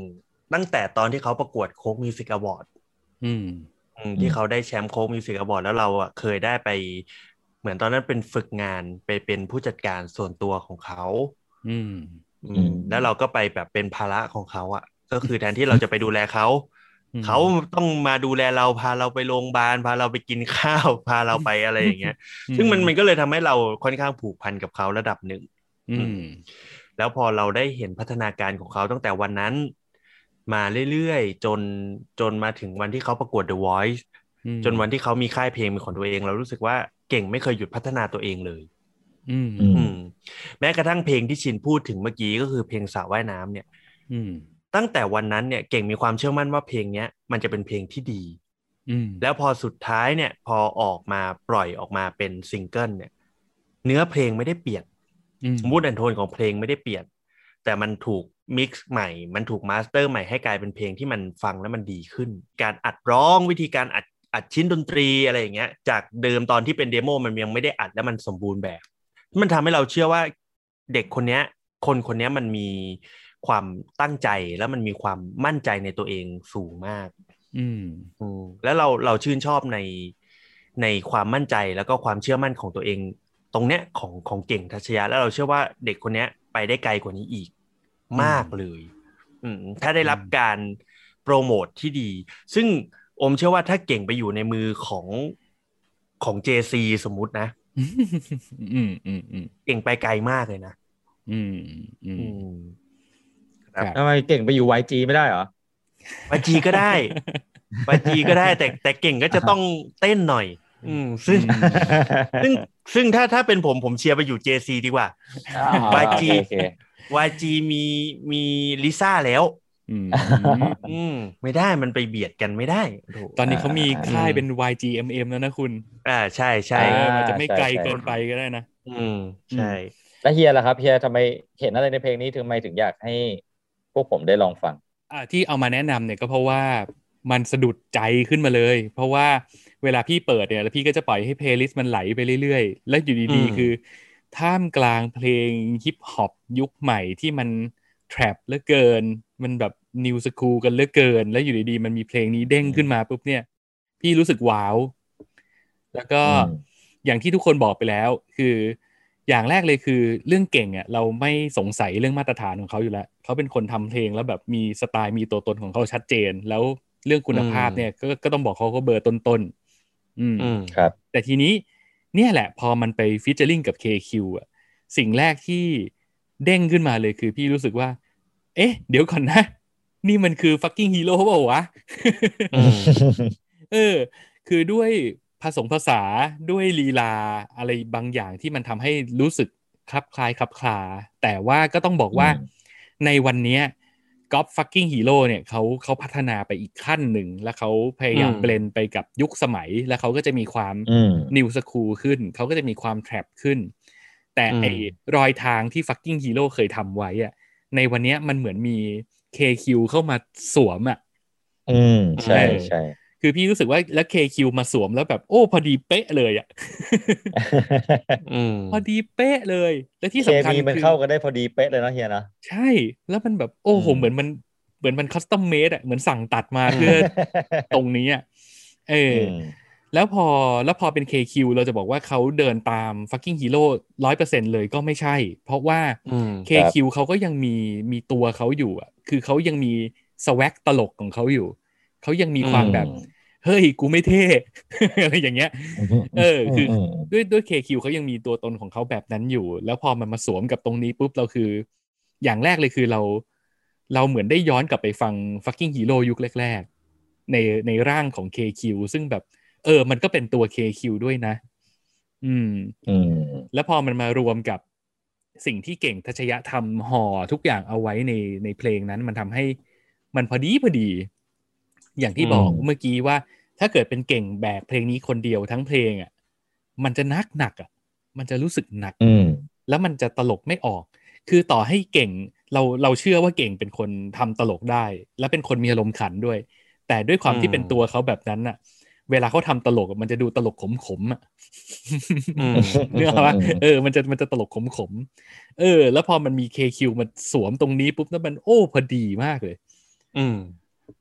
ตั้งแต่ตอนที่เขาประกวดโค้กมิวสิกอวอร์ด อืม ที่เขาได้แชมป์โค้กมิวสิกอวอร์ดแล้วเราอ่ะเคยได้ไป เหมือนตอนนั้นเป็นฝึกงานไปเป็นผู้จัดการส่วนตัวของเขา อืม อืม อืม แล้วเราก็ไปแบบเป็นภาระของเขาอะก็คือแทนที่เราจะไปดูแลเขา อืม เขาต้องมาดูแลเราพาเราไปโรงพยาบาลพาเราไปกินข้าว พาเราไปอะไรอย่างเงี้ย ซึ่งมันมันก็เลยทำให้เราค่อนข้างผูกพันกับเขาระดับหนึ่ง อืม แล้วพอเราได้เห็นพัฒนาการของเขาตั้งแต่วันนั้น มาเรื่อยๆ จนจนมาถึงวันที่เขาประกวด The Voice อืม จนวันที่เขามีค่ายเพลงเป็นของตัวเอง เรารู้สึกว่าเก่งไม่เคยหยุดพัฒนาตัวเองเลย อืม อืม อืมแม้กระทั่งเพลงที่ชินพูดถึงเมื่อกี้ก็คือเพลงสระว่ายน้ำเนี่ย อืม ตั้งแต่วันนั้นเนี่ยเก่งมีความเชื่อมั่นว่าเพลงเนี้ยมันจะเป็นเพลงที่ดี อืม แล้วพอสุดท้ายเนี่ยพอออกมาปล่อยออกมาเป็นซิงเกิลเนี่ย เนื้อเพลงไม่ได้เปลี่ยน อืม มูดแอนโทนของเพลงไม่ได้เปลี่ยน แต่มันถูกมิกซ์ใหม่ มันถูกมาสเตอร์ใหม่ให้กลายเป็นเพลงที่มันฟังแล้วมันดีขึ้น การอัดร้องวิธีการอัดอัดชิ้นดนตรีอะไรอย่างเงี้ย จากเดิมตอนที่เป็นเดโมมันยังไม่ได้อัดแล้วมันสมบูรณ์แบบ มันทำให้เราเชื่อว่าเด็กคนเนี้ย คนคนเนี้ยมันมีความตั้งใจแล้วมันมีความมั่นใจในตัวเองสูงมาก อืม อืมแล้วเราเราชื่นชอบในในความมั่นใจแล้วก็ความเชื่อมั่นของตัวเอง ตรงเนี้ยของของเก่งทัชยะแล้วเราเชื่อว่าเด็กคนเนี้ยไปได้ไกลกว่านี้อีกมากเลย อืมถ้าได้รับ อืม การโปรโมทที่ดี ซึ่งอมเชื่อว่าถ้าเก่งไปอยู่ในมือของของ JC สมมุตินะ อืมอืมอืม เก่งไปไกลมากเลยนะ อืมอืม อืม ครับ ทำไมเก่งไปอยู่ YG ไม่ได้เหร อ ไปจีก็ ได้ไปจีก็ได้ แต่แต่เก่งก็จะต้องเต้นหน่อย อืมซึ่ง ซึ่งซึ่งถ้าถ้าเป็นผมผมเชียร์ไปอยู่ JC ดีกว่า YG โอเค YG มีมีลิซ่าแล้ว อืม อืม ไม่ได้มันไปเบียดกันไม่ได้โถูก ตอนนี้เขามีค่ายเป็น YGMM แล้วนะคุณ อ่าใช่ใช่ เอ อ่า อมันจะไม่ไกลเกินไปก็ได้นะ อืม ใช่ แล้วเฮียล่ะครับเฮียทำไมเห็นอะไรในเพลงนี้ถึงไมถึงอยากให้พวกผมได้ลองฟัง อ่าที่เอามาแนะนำเนี่ยก็เพราะว่ามันสะดุดใจขึ้นมาเลย เพราะว่าเวลาพี่เปิดเนี่ยแล้วพี่ก็จะปล่อยให้เพลย์ลิสต์มันไหลไปเรื่อยๆ แล้วอยู่ดี อืม ๆ คือท่ามกลางเพลงฮิปฮอปยุคใหม่ที่มันแทร็บเหลือเกิน มันแบบนิวสคูลกันเหลือเกิน แล้วอยู่ดีๆ มันมีเพลงนี้เด้งขึ้นมาปุ๊บเนี่ย พี่รู้สึกว้าว แล้วก็ อืม อย่างที่ทุกคนบอกไปแล้ว คืออย่างแรกเลยคือเรื่องเก่งอ่ะเราไม่สงสัยเรื่องมาตรฐานของเขาอยู่แล้วเขาเป็นคนทำเพลงแล้วแบบมีสไตล์มีตัวตนของเขาชัดเจน แล้วเรื่องคุณภาพเนี่ยก็ก็ต้องบอกเขาก็เบอร์ต้นๆอืม อืม ครับ แต่ทีนี้เนี่ยแหละพอมันไปฟิชเจอริงกับ KQ อะสิ่งแรกที่เด้งขึ้นมาเลยคือพี่รู้สึกว่า เอ๊ะ เดี๋ยวก่อนนะ นี่มันคือ fucking hero เปล่าวะ อืม เออ คือด้วยผสมภาษาด้วยลีลาอะไรบางอย่างที่มันทำให้รู้สึกคลับคลายคลับคลา แต่ว่าก็ต้องบอกว่าในวันเนี้ยก็ฟักกิ้งฮีโร่เนี่ยเขาเขาพัฒนาไปอีกขั้นหนึ่ง แล้วเขาพยายาม อืม เบลนไปกับยุคสมัย แล้วเขาก็จะมีความ อืม นิวสคูลขึ้น เขาก็จะมีความแทร็บขึ้น แต่ไอ อืม รอยทางที่ฟักกิ้งฮีโร่เคยทำไว้อะในวันเนี้ยมันเหมือนมี KQ เข้ามาสวมอะ อืม ใช่ เออ ใช่ คือพี่รู้สึกว่าแล้ว KQ มาสวมแล้วแบบโอ้พอดีเป๊ะเลยอะ อืม พอดีเป๊ะเลย และที่ เค สำคัญ มีมัน คือ เข้ากันได้พอดีเป๊ะเลยเนาะเฮียเนาะ ใช่ แล้วมันแบบโอ้โห อืม เหมือนมันเหมือนมันคัสตอมเมดอะเหมือนสั่งตัดมาเพื่อตรงนี้อะเอออ ม แล้วพอแล้วพอเป็น KQ เราจะบอกว่าเขาเดินตาม fucking hero ร้อยเปอร์เซ็นเลยก็ไม่ใช่ เพราะว่า อืม KQ เขาก็ยังมีมีตัวเขาอยู่อ่ะ คือเขายังมีสวักตลกของเขาอยู่ เขายังมีความ อืม แบบ เฮ้ย กูไม่เท่ อะไรอย่างเงี้ย เออคืออื ม ด้วยด้วย KQ เขายังมีตัวตนของเขาแบบนั้นอยู่ แล้วพอมันมาสวมกับตรงนี้ปุ๊บเราคือ อย่างแรกเลยคือเรา เราเหมือนได้ย้อนกลับไปฟัง fucking hero ยุคแรก ๆ ในในร่างของ KQ ซึ่งแบบ เออ มันก็เป็นตัว KQ ด้วยนะ อืม อืม แล้วพอมันมารวมกับสิ่งที่เก่งทัชยะทำห่อทุกอย่างเอาไว้ในในเพลงนั้น มันทำให้มันพอดีพอดี อย่างที่บอก อืม เมื่อกี้ว่า ถ้าเกิดเป็นเก่งแบกเพลงนี้คนเดียวทั้งเพลงอ่ะมันจะหนักหนักอ่ะมันจะรู้สึกหนัก อืม แล้วมันจะตลกไม่ออก คือต่อให้เก่งเราเราเชื่อว่าเก่งเป็นคนทำตลกได้ และเป็นคนมีอารมณ์ขันด้วย แต่ด้วยความ อืม ที่เป็นตัวเขาแบบนั้นอ่ะ เวลาเขาทำตลกอะมันจะดูตลกขมๆอ่ะ อืม เนื้ออกว่า อืม เออ มันจะมันจะตลกขมขมๆเออ แล้วพอมันมี KQ มันสวมตรงนี้ปุ๊บแล้วมันโอ้พอดีมากเลย อืม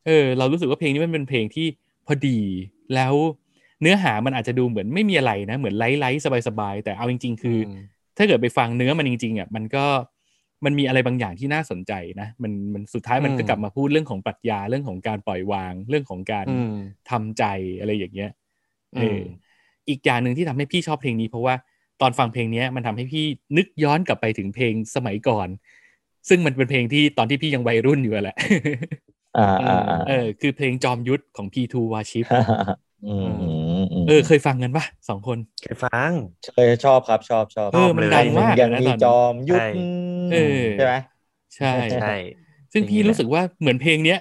เออ เรารู้สึกว่าเพลงนี้มันเป็นเพลงที่พอดี แล้วเนื้อหามันอาจจะดูเหมือนไม่มีอะไรนะ เหมือนไลท์ๆสบายๆ แต่เอาจริง ๆ คือ ถ้าเกิดไปฟังเนื้อมันจริงๆอ่ะมันก็มันมีอะไรบางอย่างที่น่าสนใจนะ มันมันสุดท้ายมันก็ อืม กลับมาพูดเรื่องของปรัชญาเรื่องของการปล่อยวางเรื่องของการ อืม ทำใจอะไรอย่างเงี้ยเอออ ม อีกอย่างหนึ่งที่ทำให้พี่ชอบเพลงนี้ เพราะว่าตอนฟังเพลงเนี้ยมันทำให้พี่นึกย้อนกลับไปถึงเพลงสมัยก่อน ซึ่งมันเป็นเพลงที่ตอนที่พี่ยังวัยรุ่นอยู่อะแหละ อ่าอ่าอ่า เออคือเพลงจอมยุทธของ P2 Warship อืมอืม เออเคยฟังกันปะสองคน เคยฟัง เคยชอบครับชอบชอบ เออมัน เลย ดังมาก ยัง นะ มี ตอน จ นั้น อมยุทธ เออ ใช่ไหม ใช่ ใช่ ซึ่งพี่ เพลงนี้แหละ รู้สึกว่าเหมือนเพลงเนี้ย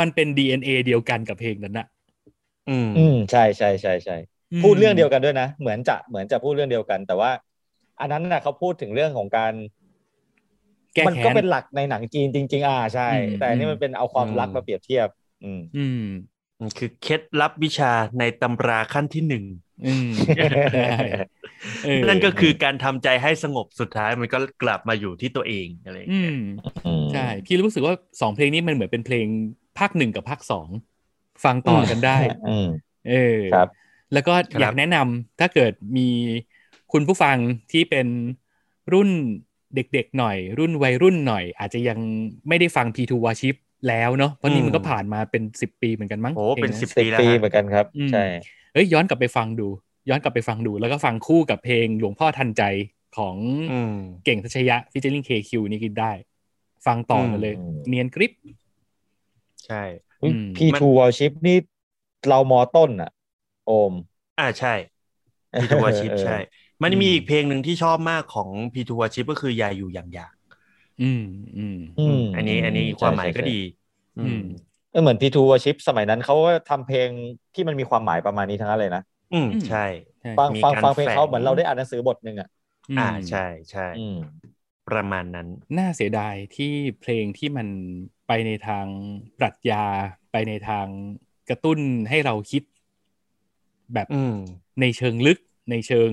มันเป็น DNA เดียวกันกับเพลงนั้นนะ อืม อืมใช่ใช่ใช่ใช่ อืม พูดเรื่องเดียวกันด้วยนะ เหมือนจะเหมือนจะพูดเรื่องเดียวกัน แต่ว่า อันนั้นน่ะเขาพูดถึงเรื่องของการ แก้ มั แค้ ก็ น เป็นหลักในหนังจีนจริง ๆ อ่าใช่ อืม แต่อันนี่มันเป็นเอาความรักมาเปรียบเทียบ อืม อืม มันคือเคล็ดลับวิชาในตำราขั้นที่หนึ่ง อืมใช่เออ นั่นก็คือการทำใจให้สงบสุดท้ายมันก็กลับมาอยู่ที่ตัวเองอะไรอย่าง อื เงี้ย ม ใช่ พี่รู้สึกว่าสองเพลงนี้มันเหมือนเป็นเพลงภาคหนึ่งกับภาคสองฟังต่อกันได้ อืม เออ ครับ แล้วก็อยากแนะนำถ้าเกิดมีคุณผู้ฟังที่เป็นรุ่นเด็กๆหน่อย รุ่นวัยรุ่นหน่อย อาจจะยังไม่ได้ฟัง P2 Worship แล้วเนาะเพราะนี่มันก็ผ่านมาเป็น 10 ปีเหมือนกันมั้ง โอ้ องะ เป็นสิบ สิ ปี บ แล้ว ปีเหมื ฮะ อนกันครับ อืม ใช่ เอ้ยย้อนกลับไปฟังดู ย้อนกลับไปฟังดู แล้วก็ฟังคู่กับเพลงหลวงพ่อทันใจของ อืม เก่งทัชยะฟิจิลิงเคคิวนี่กินได้ ฟังต่อกันเลย อืม เนียนกริป ใช่ อืม พี่ มัน ทูวอลชิปนี่เรามอต้นอ่ะ โอม อ่าใช่ P2 Worship ใช่ มันมีอีกเพลงหนึ่งที่ชอบมากของ P2 Worship ก็คืออย่าอยู่อย่างอยาก อืมอืม อืม อันนี้อันนี้ ใช่ ความหมายก็ ใช่ ดี อืม เออเหมือนพี่ทูวอลชิปสมัยนั้นเขาก็ทำเพลงที่มันมีความหมายประมาณนี้ทั้งนั้นเลยนะ อืมใช่ ใช่ ฟัง มี ฟัง การ ฟังเพลงเขา แฝง เหมือนเราได้อ่านหนังสือบทหนึ่งอ่ะ ม อ่าใช่ใช่ อืม ประมาณนั้น น่าเสียดายที่เพลงที่มันไปในทางปรัชญาไปในทางกระตุ้นให้เราคิด แบบ อืม ในเชิงลึก ในเชิง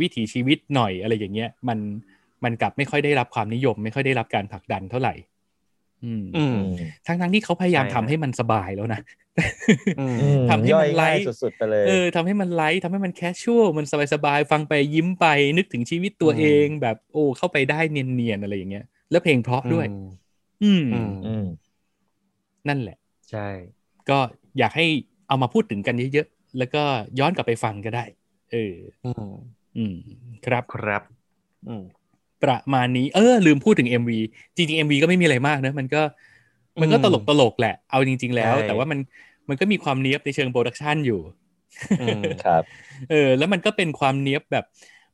วิถีชีวิตหน่อยอะไรอย่างเงี้ย มันมันกลับไม่ค่อยได้รับความนิยม ไม่ค่อยได้รับการผลักดันเท่าไหร่ อืม อืม ทั้งทั้งๆที่เขาพยายาม ใช่ ทำ นะ ให้มันสบายแล้วนะ อืม อืม ทำให้ ย่ มั อย นไล ง่าย ท์ สุดๆไปเลย เออทำให้มันไลท์ทำให้มันแคชชวลมันสบายสบายๆฟังไปยิ้มไปนึกถึงชีวิตตัว อืม เองแบบโอ้เข้าไปได้เนียนๆอะไรอย่างเงี้ย แล้วเพลงเพราะด้วย อืม อืม อืม นั่นแหละ ใช่ ก็อยากให้เอามาพูดถึงกันเยอะๆ แล้วก็ย้อนกลับไปฟังก็ได้ เออ อืม อืม ครับ ครับ อืม ประมาณนี้ เออ ลืมพูดถึง MV จริงๆ MV ก็ไม่มีอะไรมากนะ มันก็ มันก็ อืม ตลกตลกๆแหละ เอาจริง ๆ แล้ว ใช่ แต่ว่ามัน มันก็มีความเนี้ยบในเชิงโปรดักชันอยู่ อืม ครับ เออ แล้วมันก็เป็นความเนี้ยบแบบ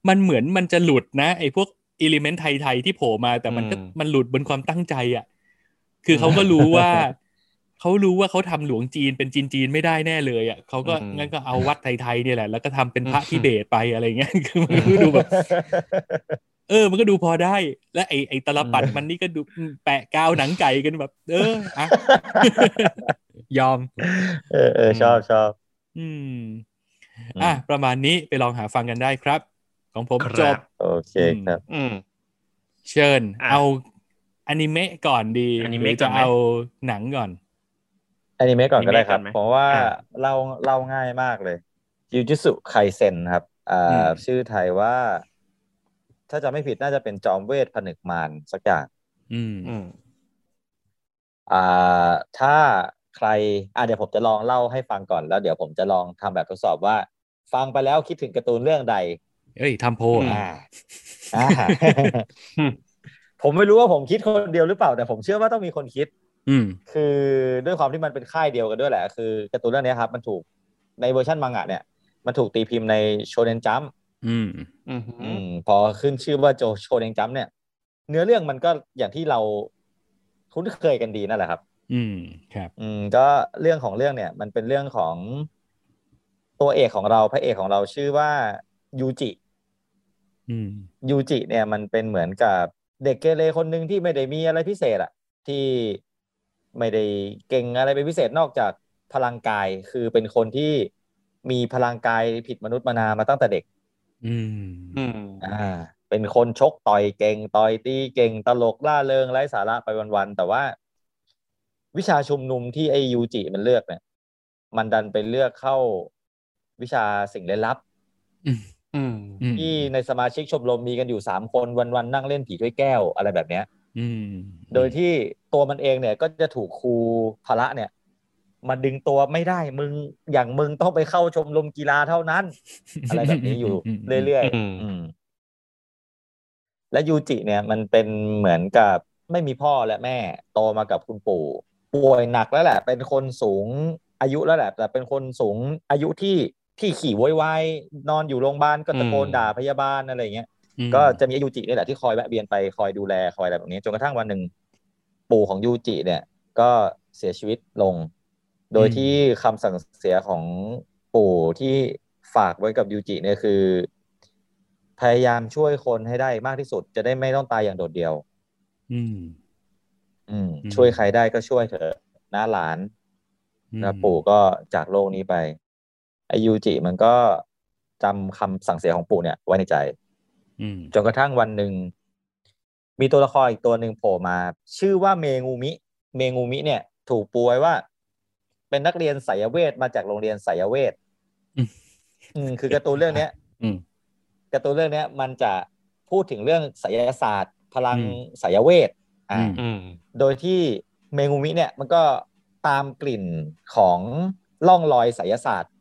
มันเหมือนมันจะหลุดนะไอ้พวกอิเลเมนต์ไทย ๆ ที่โผล่มา แต่มันก็ อืม มันหลุดบนความตั้งใจอะ่ะ คือเขาก็รู้ว่า เขารู้ว่าเขาทำหลวงจีนเป็นจีนจีนๆไม่ได้แน่เลยอะ่ะเขาก็ อืม งั้นก็เอาวัดไทยๆเนี่ยแหละ แล้วก็ทำเป็นพระ อืม ทิเบตไปอะไรเงี้ย คือมันก็ดูแบบ เออ มันก็ดูพอได้ และไอไอตลปัดมันนี่ก็ดูอืมแปะกาวหนังไก่กันแบบ เอออะ ยอม เออเออชอบชอบ อืม อืม อ่ะ ประมาณนี้ไปลองหาฟังกันได้ครับ ของผม ครับ จบ โอเคครับ อืม เชิญ อ่ะ เอาอนิเมะก่อนดี อนิ หรื เมะก่ จะ อนไหม เอาหนังก่อน อนิเมะก่อนก็ได้ครัอบนิเมะก่อนไหม เพราะว่า อ่า เราเล่าง่ายมากเลยยูจิสุไคเซนครับอ่ อื าม ชื่อไทยว่า ถ้าจะไม่ผิดน่าจะเป็นจอมเวทผนึกมารสักอย่าง อืม อืม อ่าถ้าใครอ่าเดี๋ยวผมจะลองเล่าให้ฟังก่อนแล้ว เดี๋ยวผมจะลองทำแบบทดสอบว่า ฟังไปแล้วคิดถึงการ์ตูนเรื่องใด เอ้ยทำโพล อ่า อ่ะ อ่า อืม ผมไม่รู้ว่าผมคิดคนเดียวหรือเปล่า แต่ผมเชื่อว่าต้องมีคนคิด อืม คือด้วยความที่มันเป็นค่ายเดียวกันด้วยแหละ คือการ์ตูนเรื่องเนี้ยครับ มันถูกในเวอร์ชันมังงะเนี่ย มันถูกตีพิมพ์ในโชเนนจัม อืม อืม พอขึ้นชื่อว่าโจโชเนนจัมเนี่ย เนื้อเรื่องมันก็อย่างที่เราคุ้นเคยกันดีนั่นแหละครับ อืม ครับ อืมก็เรื่องของเรื่องเนี่ย มันเป็นเรื่องของตัวเอกของเราพระเอกของเราชื่อว่ายูจิ อืม ยูจิเนี่ยมันเป็นเหมือนกับเด็กเกเรคนหนึ่งที่ไม่ได้มีอะไรพิเศษอะที่ไม่ได้เก่งอะไรเป็นพิเศษนอกจากพลังกายคือเป็นคนที่มีพลังกายผิดมนุษย์มานามาตั้งแต่เด็ก อืม อืม อ่าเป็นคนชกต่อยเก่งต่อยตีเก่งตลกล่าเริงไร้สาระไปวันๆแต่ว่า วิชาชุมนุมที่ไอยูจิมันเลือกเนี่ย มันดันไปเลือกเข้าวิชาสิ่งเล่นลับ อืม อืม ที่ในสมาชิกชมรมมีกันอยู่สามคนวันๆนั่งเล่นผีถ้วยแก้วอะไรแบบเนี้ย อืม โดยที่ตัวมันเองเนี่ยก็จะถูกครูพละเนี่ยมาดึงตัวไม่ได้มึงอย่างมึงต้องไปเข้าชมรมกีฬาเท่านั้น อะไรแบบนี้อยู่เรื่อย อืม ๆอืมและยูจิเนี่ย มันเป็นเหมือนกับไม่มีพ่อและแม่ โตมากับคุณปู่ ป่วยหนักแล้วแหละ เป็นคนสูงอายุแล้วแหละ แต่เป็นคนสูงอายุที่ที่ขี่โวยวายนอนอยู่โรงพยาบาลก็ตะโกน อืม ด่าพยาบาลอะไรอย่างเงี้ย อืม ก็จะมียูจินี่แหละที่คอยแวะเวียนไปคอยดูแลคอยอะไรแบบนี้จนกระทั่งวันหนึ่งปู่ของยูจิเนี่ย ก็เสียชีวิตลง โดยที่คำสั่งเสียของปู่ที่ฝากไว้กับยูจิเนี่ยคือ พยายามช่วยคนให้ได้มากที่สุด จะได้ไม่ต้องตายอย่างโดดเดี่ยว อืม อืม อืม ช่วยใครได้ก็ช่วยเถอะนะหลาน อืม แล้วปู่ก็จากโลกนี้ไปไอยูจิมันก็จำคำสั่งเสียของปู่เนี่ยไว้ในใจ อืม จนกระทั่งวันหนึ่ง มีตัวละครอีกตัวหนึ่งโผล่มา ชื่อว่าเมงูมิ เมงูมิเนี่ย ถูกปูไว้ว่า เป็นนักเรียนสายเวทมาจากโรงเรียนสายเวท อืม อืมคือการ์ตูนเรื่องเนี้ย อืม การ์ตูนเรื่องเนี้ย มันจะพูดถึงเรื่องไสยศาสตร์ พลัง อืม ไสายเวทอ่า อืม อืม โดยที่เมงูมิเนี่ยมันก็ตามกลิ่นของล่องรอยไสยศาสตร์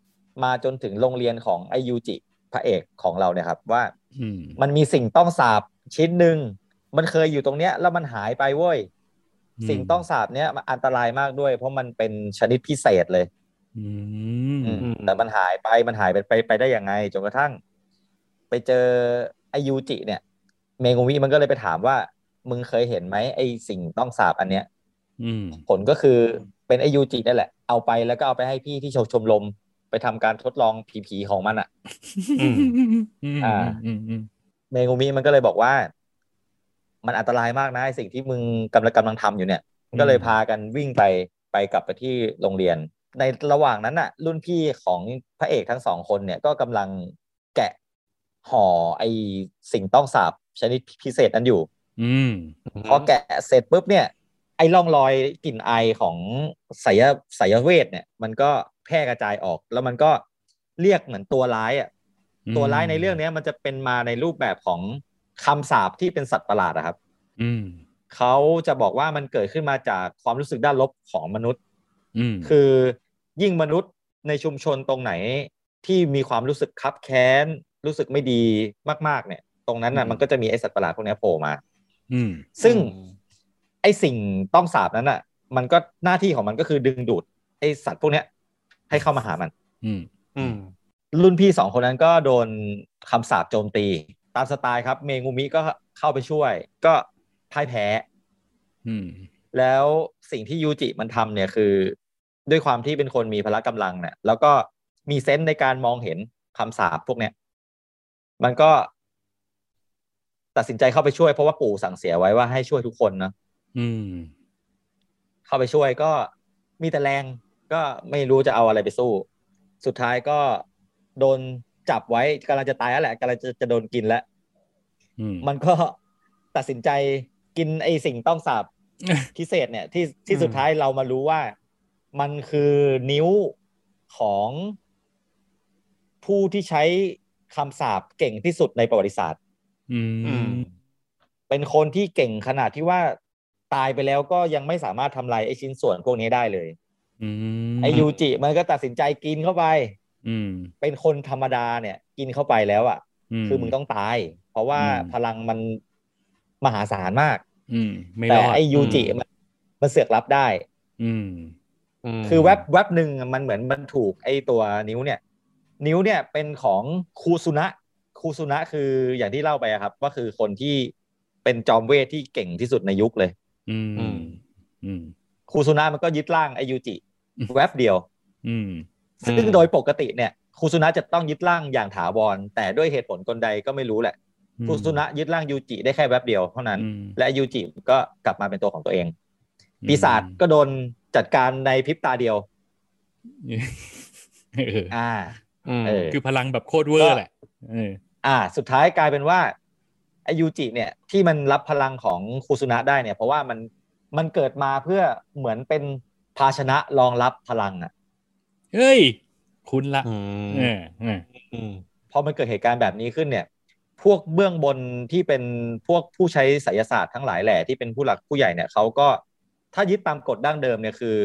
มาจนถึงโรงเรียนของไอยูจิพระเอกของเราเนี่ยครับ ว่า อืม มันมีสิ่งต้องสาบชิ้นหนึ่งมันเคยอยู่ตรงเนี้ยแล้วมันหายไปเว้ย สิ่งต้องสาบเนี่ยมันอันตรายมากด้วย เพราะมันเป็นชนิดพิเศษเลย อืม อืม อืม แต่มันหายไปมันหายไปไปไปได้ยังไงจนกระทั่ง ไปเจอไอยูจิเนี่ย เมงูมิมันก็เลยไปถามว่า มึงเคยเห็นไหมไอสิ่งต้องสาบอันเนี้ย อืม ผลก็คือเป็นไอยูจินั่นแหละ เอาไปแล้วก็เอาไปให้พี่ที่ชมชมรมไปทำการทดลองผีๆของมันอะ่ะ อืม อืม อ่า อืมอืม เมงูมิมันก็เลยบอกว่า มันอันตรายมากนะไอ้สิ่งที่มึงกำลังกำลังทำอยู่เนี่ย ก็เลยพากันวิ่งไปไปกลับไปที่โรงเรียน ในระหว่างนั้นน่ะ รุ่นพี่ของพระเอกทั้งสองคนเนี่ยก็กำลังแกะห่อไอสิ่งต้องสาบชนิดพิเศษนั้นอยู่ อืม พอแกะเสร็จปุ๊บเนี่ย ไอ้ร่องรอยกลิ่นไอของสายสายเวทเนี่ย มันก็แพร่กระจายออก แล้วมันก็เรียกเหมือนตัวร้ายอ่ะตัวร้ายในเรื่องเนี้ยมันจะเป็นมาในรูปแบบของคำสาปที่เป็นสัตว์ประหลาดอะครับ อืม เขาจะบอกว่ามันเกิดขึ้นมาจากความรู้สึกด้านลบของมนุษย์ อืม คือยิ่งมนุษย์ในชุมชนตรงไหนที่มีความรู้สึกคับแค้นรู้สึกไม่ดีมากๆเนี่ย ตรงนั้นน่ะมันก็จะมีไอสัตว์ประหลาดพวกเนี้ยโผล่มา อืม ซึ่ง อืม ไอสิ่งต้องสาบนั้นอ่ะ มันก็หน้าที่ของมันก็คือดึงดูดไอสัตว์พวกเนี้ย ให้เข้ามาหามัน อืม อืม รุ่นพี่สองคนนั้นก็โดนคำสาบโจมตี ตามสไตล์ครับ เมงูมิก็เข้าไปช่วย ก็พ่ายแพ้ อืม แล้วสิ่งที่ยูจิมันทำเนี่ยคือ ด้วยความที่เป็นคนมีพละกำลังเนี่ยแล้วก็มีเซนส์ในการมองเห็นคำสาปพวกเนี้ยมันก็ ตัดสินใจเข้าไปช่วยเพราะว่าปู่สั่งเสียไว้ว่าให้ช่วยทุกคนเนาะ อืม เข้าไปช่วยก็มีแต่แรงก็ไม่รู้จะเอาอะไรไปสู้ สุดท้ายก็โดนจับไว้กำลังจะตายแล้วแหละกำลังจะจะโดนกินแล้ว อืม มันก็ ตัดสินใจกินไอสิ่งต้องสาบ พิเศษเนี่ยที่ที่ อืม สุดท้ายเรามารู้ว่า มันคือนิ้วของผู้ที่ใช้คำสาบเก่งที่สุดในประวัติศาสตร์ อืม อืม เป็นคนที่เก่งขนาดที่ว่าตายไปแล้วก็ยังไม่สามารถทำลายไอชิ้นส่วนพวกนี้ได้เลย อืม ไอยูจิมันก็ตัดสินใจกินเข้าไป อืม เป็นคนธรรมดาเนี่ย กินเข้าไปแล้วอะ่ะ ม คือมึงต้องตาย เพราะว่า อืม พลังมันมหาศาลมาก อืมไม่ร แต่ อด ไอยูจิมันมันเสือกรับได้ อืม ม คือแว็บแว็บหนึ่งมันเหมือนมันถูกไอตัวนิ้วเนี่ย นิ้วเนี่ยเป็นของคูซุนะคูซุนะคืออย่างที่เล่าไปอะครับ ว่าคือคนที่เป็นจอมเวทที่เก่งที่สุดในยุคเลย อืม อืม คูซุนะมันก็ยึดร่างไอยูจิ อืม แว็บเดียว อืม ซึ่งโดยปกติเนี่ยครูสุนะจะต้องยึดร่างอย่างถาวร แต่ด้วยเหตุผลกลใดก็ไม่รู้แหละครูสุนะยึดร่างยูจิได้แค่แป๊บเดียวเท่านั้น อืม และยูจิก็กลับมาเป็นตัวของตัวเอง อืม ปีศาจก็โดนจัดการในพริบตาเดียว เออ อ่า อืม เออ คือพลังแบบโคตรเวอร์แหละเออ อ่า สุดท้ายกลายเป็นว่าไอยูจิเนี่ย ที่มันรับพลังของครูสุนะได้เนี่ย เพราะว่ามันมันเกิดมาเพื่อเหมือนเป็นภาชนะรองรับพลังอ่ะ เฮ้ย คุ้นละ อื เอ ม อเออ อืม พอมันเกิดเหตุการณ์แบบนี้ขึ้นเนี่ย พวกเบื้องบนที่เป็นพวกผู้ใช้ไสยศาสตร์ทั้งหลายแหล่ที่เป็นผู้หลักผู้ใหญ่เนี่ยเขาก็ถ้ายึดตามกฎดั้งเดิมเนี่ยคือ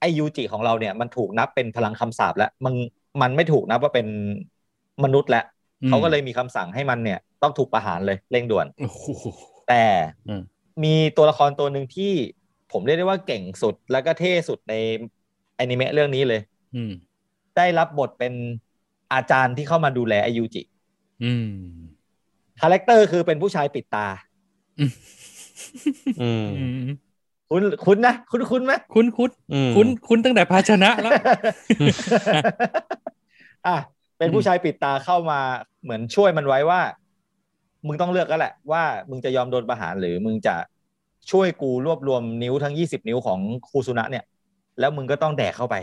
ไอยูจิของเราเนี่ย มันถูกนับเป็นพลังคำสาปแล้วมันมันไม่ถูกนับว่าเป็นมนุษย์แล้วเขาก็เลยมีคำสั่งให้มันเนี่ย ต้องถูกประหารเลยเร่งด่วน โอ้โห แต่ อืม มีตัวละครตัวหนึ่งที่ผมเรียกได้ว่าเก่งสุดแล้วก็เท่สุดในอนิเมะเรื่องนี้เลย อืม ได้รับบทเป็นอาจารย์ที่เข้ามาดูแลไอยูจิ อืม คาแรคเตอร์คือเป็นผู้ชายปิดตา อืม อืม คุ้นคุ้นนะ คุ้นคุ้นไหม คุ้นคุ้น อืม คุ้นคุ้นตั้งแต่ภาชนะแล้ว อ่ะ เป็นผู้ชายปิดตาเข้ามาเหมือนช่วยมันไว้ว่า มึงต้องเลือกแล้วแหละ ว่ามึงจะยอมโดนประหารหรือมึงจะช่วยกูรวบรวมนิ้วทั้งยี่สิบนิ้วของครูสุนะเนี่ย แล้วมึงก็ต้องแดกเข้าไป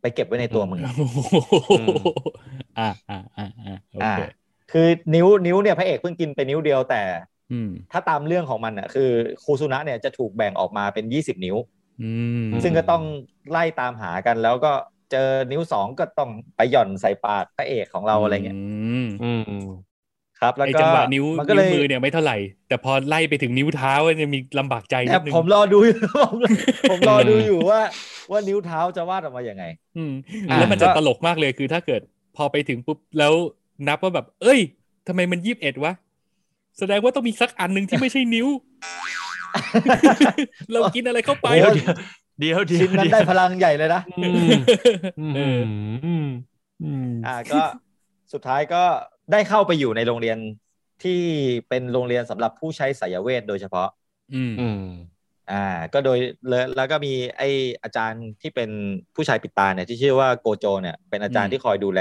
ไปเก็บไว้ในตัวมึง โอ้โหอ่าอ่าอ่าอ่าโอเค คือนิ้วนิ้วเนี่ยพระเอกเพิ่งกินไปนิ้วเดียวแต่ อืม ถ้าตามเรื่องของมันอ่ะคือครูสุนะเนี่ยจะถูกแบ่งออกมาเป็นยี่สิบนิ้ว อืม ซึ่งก็ต้องไล่ตามหากันแล้วก็เจอนิ้วสองก็ต้องไปหย่อนใส่ปากพระเอกของเราอะไรเงี้ย ม อืม ครับแล้ว ไอ้ ก็ จังหวะนิ้ว มันก็เลย นิ้วมือเนี่ยไม่เท่าไหร่ แต่พอไล่ไปถึงนิ้วเท้าเนี่ยจะมีลำบากใจนิดแต่นึง ผมรอดูอยู่ ผมผมรอดูอยู่ว่า ว่านิ้วเท้าจะวาดออกมาอย่างไง อืม อ่า แล้วมันจะ ก็ ตลกมากเลยคือถ้าเกิดพอไปถึงปุ๊บแล้วนับว่าแบบ เอ้ยทำไมมันยี่สิบเอ็ดวะ แสดงว่าต้องมีสักอันหนึ่งที่ไม่ใช่นิ้ว เรากินอะไรเข้าไป โอ้โห เดี๋ยวเดี๋ยว ชิ้นนั้นได้พลังใหญ่ เลยนะ อืม เอ อื อ มอืมอืม อ่าก็สุดท้ายก็ได้เข้าไปอยู่ในโรงเรียนที่เป็นโรงเรียนสำหรับผู้ใช้สายเวทโดยเฉพาะ อืม อืม อ่าก็โดยแล้วแล้วก็มีไออาจารย์ที่เป็นผู้ชายปิดตาเนี่ยที่ชื่อว่าโกโจเนี่ยเป็นอาจาร อื ย์ ม ที่คอยดูแล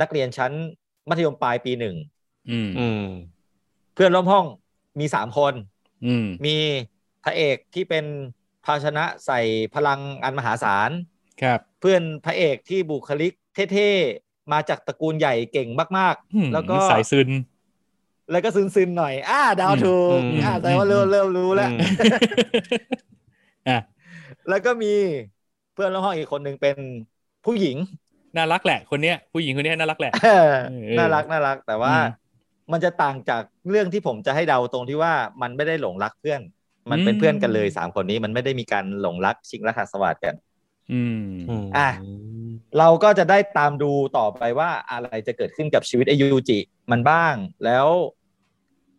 นักเรียนชั้นมัธยมปลายปีหนึ่ง อืม อืม เพื่อนร่วมห้องมีสามคน อืม มีพระเอกที่เป็นภาชนะใส่พลังอันมหาศาล ครับ เพื่อนพระเอกที่บุคลิกเท่ๆ มาจากตระกูลใหญ่เก่งมาก อืม ๆ แล้วก็ สายซึน แล้วก็ซึนๆหน่อย อ่าดาวถูก อืม อ่าแต่ว่าเริ่มเริ่มรู้แล้ว อืม อ่ะ แล้วก็มีเพื่อนร่วมห้องอีกคนหนึ่งเป็นผู้หญิง น่ารักแหละคนเนี้ย ผู้หญิงคนเนี้ยน่ารักแหละ เออ อ น่ารักน่ารัก แต่ว่า อืม มันจะต่างจากเรื่องที่ผมจะให้เดาตรงที่ว่ามันไม่ได้หลงรักเพื่อน มันเป็น อืม เพื่อนกันเลยสามคนนี้มันไม่ได้มีการหลงรักชิงรักหัสวัสดกัน อืม อ่ะ เราก็จะได้ตามดูต่อไปว่าอะไรจะเกิดขึ้นกับชีวิตไอยูจิมันบ้าง แล้ว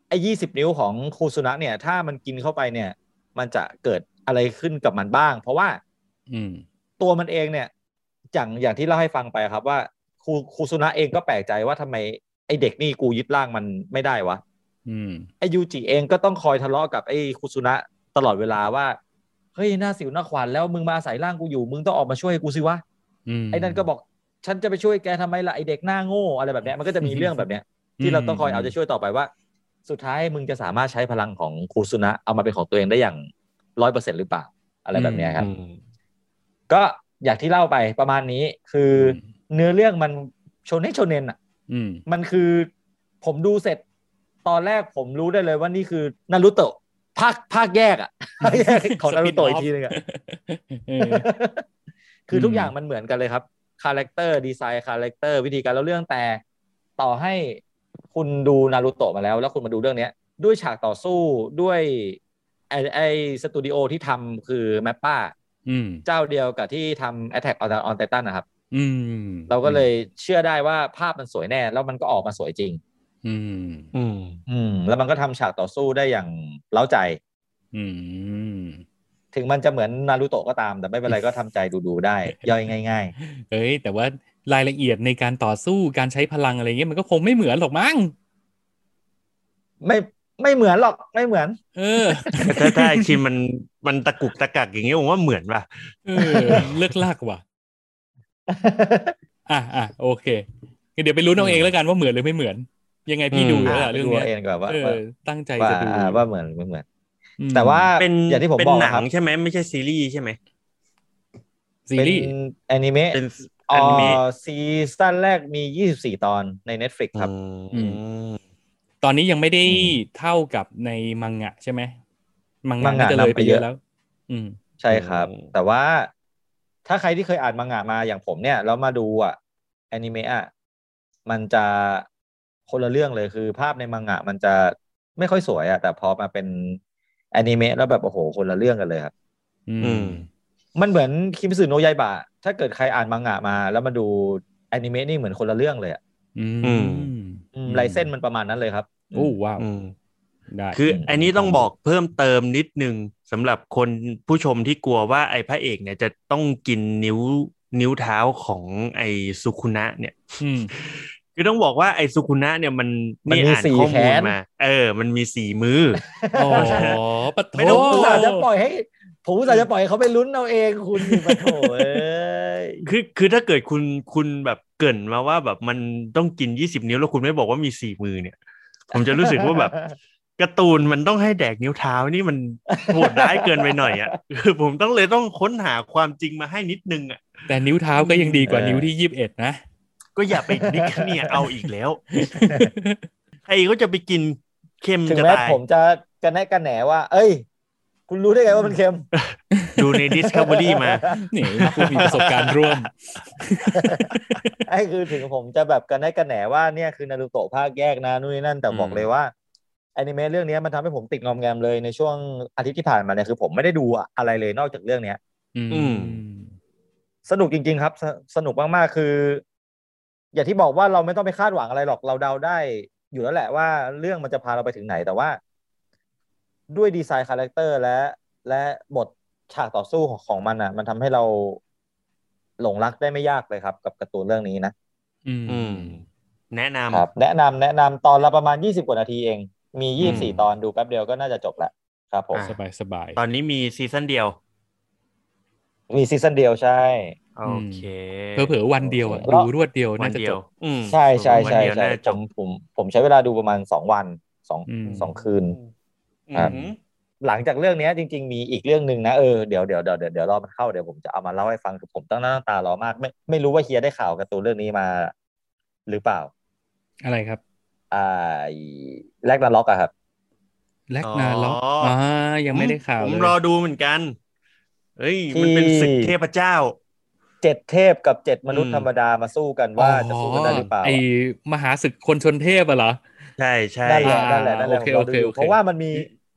ไอยี่สิบนิ้วของคูสุนะเนี่ย ถ้ามันกินเข้าไปเนี่ย มันจะเกิดอะไรขึ้นกับมันบ้าง เพราะว่า อืม ตัวมันเองเนี่ยอย่างอย่างที่เล่าให้ฟังไปครับว่าครูครูสุนะเองก็แปลกใจว่าทำไมไอเด็กนี่กูยึดร่างมันไม่ได้วะ อืม ไอยูจิเองก็ต้องคอยทะเลาะกับไอครูสุนะตลอดเวลาว่าเฮ้ยหน้าสิวหน้าขวานแล้วมึงมาใส่ร่างกูอยู่ มึงต้องออกมาช่วยกูสิวะ อืม ไอ้นั่นก็บอกฉันจะไปช่วยแกทำไมล่ะไอเด็กหน้าโง่อะไรแบบเนี้ยมันก็จะมีเรื่องแบบเนี้ยที่เราต้องคอยเอาใจช่วยต่อไปว่า สุดท้ายมึงจะสามารถใช้พลังของครูสุนะเอามาเป็นของตัวเองได้อย่างร้อยเปอร์เซ็นต์หรือเปล่าอะไรแบบเนี้ยครับ ก็อย่างที่เล่าไปประมาณนี้คืออเนื้อเรื่องมันโชเนนโชเนนอ่ะ อืม มันคือผมดูเสร็จ ตอนแรกผมรู้ได้เลยว่านี่คือนารุโตะภาคภาคแยกอ่ะ ภาคแยกของนารุโตะอีกทีนึงอ่ะ เออ คือทุก อืม อย่างมันเหมือนกันเลยครับคาแรคเตอร์ดีไซน์คาแรคเตอร์วิธีการเล่าเรื่องแต่ต่อให้คุณดูนารูโตะมาแล้ว แล้วคุณมาดูเรื่องเนี้ย ด้วยฉากต่อสู้ด้วยไอไอสตูดิโอที่ทำคือแมปป้า อืม เจ้าเดียวกับที่ทำ Attack on on Titan นะครับ อืม เราก็เลยเชื่อได้ว่าภาพมันสวยแน่ แล้วมันก็ออกมาสวยจริง อืม อืม อืม แล้วมันก็ทำฉากต่อสู้ได้อย่างเล้าใจ อืม ถึงมันจะเหมือนนารูโตะก็ตาม แต่ ไม่เป็นไรก็ทำใจดูๆได้ ย่อยง่าย เอ้ย แต่ว่ารายละเอียดในการต่อสู้การใช้พลังอะไรเงี้ยมันก็คงไม่เหมือนหรอกมั้ง ๆ ไม่ไม่เหมือนหรอกไม่เหมือน เออ ถ้าถ้าไอคิมมันมันตะกุกตะกักอย่างเงี้ยผมว่าเหมือนป่ะ เออ เลือกลากว่ะ อ่ะอ่ะโอเคงั้นเดี๋ยวไปรู้นเอาเองแล้วกันว่าเหมือนหรือไม่เหมือน ยังไงพี่ อืม ดูอยู่แล้ว อ่ะ ล่ะเรื่อง ดู เนี้ย เอาเองดีกว่าว่า เออ ว่า ตั้งใจ ว่า จะดู อ่าว่าเหมือนไม่เหมือน อืม แต่ว่า เป็น อย่างที่ผม เป็น บอก หนัง ครับ ใช่ไหมไม่ใช่ซีรีส์ใช่ไหม ซี เป็น รีส์ แอนิเมะ เป็น อ อนิเมะ อซีซั่นแรกมี 24 ตอนใน Netflix ครับ อืม ตอนนี้ยังไม่ได้ อืม เท่ากับในมังงะใช่ไหมมัง มั งะ งงะ น่าจะเลย นำ ไป ไป เย เย อะ อะ แล้ว อืม ใช่ครับ อืม แต่ว่าถ้าใครที่เคยอ่านมังงะมาอย่างผมเนี่ยแล้วมาดูอ่ะแอนิเมะอ่ะมันจะคนละเรื่องเลยคือ ภาพในมังงะมันจะไม่ค่อยสวยอ่ะแต่พอมาเป็นแอนิเมะแล้วแบบโอ้โหคนละเรื่องกันเลยครับ อื อื ม ม มันเหมือนคิมสึโนะยายบะถ้าเกิดใครอ่านมังงะมา แล้วมาดูแอนิเมะนี่เหมือนคนละเรื่องเลยอ่ะ อืม อืม อืมลายเส้นมันประมาณนั้นเลยครับ โอ้ว้าว อืม ได้ คืออันนี้ต้องบอกเพิ่มเติมนิดนึงสำหรับคนผู้ชมที่กลัวว่าไอ้พระเอกเนี่ยจะต้องกินนิ้วนิ้วเท้าของไอ้สุคุนะเนี่ย อืม คือต้องบอกว่าไอ้สุคุนะเนี่ยมัน มันมี อ่าน สี่ ข้อมูล แขน มา เออ มันมีสี่ มือ อ๋อปะโถ ไม่ต้อผง มอุตส่าห์จะปล่อยให้ผมอุตส่าห์จะปล่อยให้เขาไปลุ้นเอาเองคุณนี่ปะโถเอ้ย คือคือถ้าเกิดคุณคุณแบบ เกรินมาว่าแบบมันต้องกินยี่สิบนิ้วแล้วคุณไม่บอกว่ามีสี่มือเนี่ย ผมจะรู้สึกว่า แบบการ์ตูนมันต้องให้แดกนิ้วเท้านี่มันโหดร้ายเกินไปหน่อยอ่ะ คือผมต้องเลยต้องค้นหาความจริงมาให้นิดนึงอ่ะ แต่นิ้วเท้าก็ยังดีกว่านิ้วที่ยี่สิบเอ็ดนะ ก็อย่าไปนิกเนียเอาอีกแล้วใครก็จะไปกินเค็ม ถึง จะ แม้ ตาย ผมจะกระแนะกระแหนว่า เอ้ย คุณรู้ได้ไงว่ามันเค็ม ดูใน Discovery มา นี่ผู้มีประสบการณ์ร่วม ไอ้คือถึงผมจะแบบกระแนะกระแหนว่าเนี่ยคือนารูโตะภาคแยกนะนู่นนี่นั่นแต่ อืม บอกเลยว่าแอนิเมะเรื่องเนี้ยมันทำให้ผมติดงอมแงมเลยในช่วงอาทิตย์ที่ผ่านมาเนี่ยคือผมไม่ได้ดูอะไรเลยนอกจากเรื่องเนี้ย อืม สนุกจริง ๆ ครับสสนุกมาก ๆ คือ อย่างที่บอกว่าเราไม่ต้องไปคาดหวังอะไรหรอกเราเดาได้ อยู่แล้วแหละว่าเรื่องมันจะพาเราไปถึงไหนแต่ว่า ด้วยดีไซน์คาแรคเตอร์และและบทฉากต่อสู้ของของมันอ่ะ มันทำให้เราหลงรักได้ไม่ยากเลยครับ กับการ์ตูนเรื่องนี้นะ อืม อืม แนะนำ ครับ แนะนำแนะนำตอนละประมาณ 20 กว่านาทีเอง มี อืม 24 ตอนดูแป๊บเดียวก็น่าจะจบแล้วครับผม อ่ะ สบายสบายๆ ตอนนี้มีซีซั่นเดียว มีซีซั่นเดียวใช่ โอเค เผลอๆวันเดียวอะ แล้ว ดูรวดเดียว วัน น่าจะ เดี จ ยว บ อืม ใช่ใช่ วัน ใช่ เดียว ใช่ น่าจะ ผ จบ มผมผมใช้เวลาดูประมาณสองวันสอง อืม สองคืน อื ครับ ม หลังจากเรื่องเนี้ยจริง ๆ มีอีกเรื่องหนึ่งนะเออเดี๋ยวเดี๋ยวเดี๋ยวเดี๋ยวเดี๋ยวรอมันเข้าเดี๋ยวผมจะเอามาเล่าให้ฟังคือผมตั้งหน้าตั้งตารอมาก ไม่ไม่รู้ว่าเฮียได้ข่าวการ์ตูนเรื่องนี้มา หรือเปล่า อะไรครับ อ่าแลกนาล็อกอะครับ แลกนาล็อกอ่ายังไม่ได้ข่าว ผม เลย รอดูเหมือนกัน เฮ้ย มันเป็นศึกเทพเจ้า เจ็ดเทพกับเจ็ดมนุษย์ อืม ธรรมดามาสู้กันว่าจะสู้กันได้หรือเปล่า ไอมหาศึกคนชนเทพอะเหรอ ใช่ใช่ นั่นแหละนั่นแหละนั่นแหละ โอ ผ เค มโอรอดูอยู่ เค เพราะว่ามันมี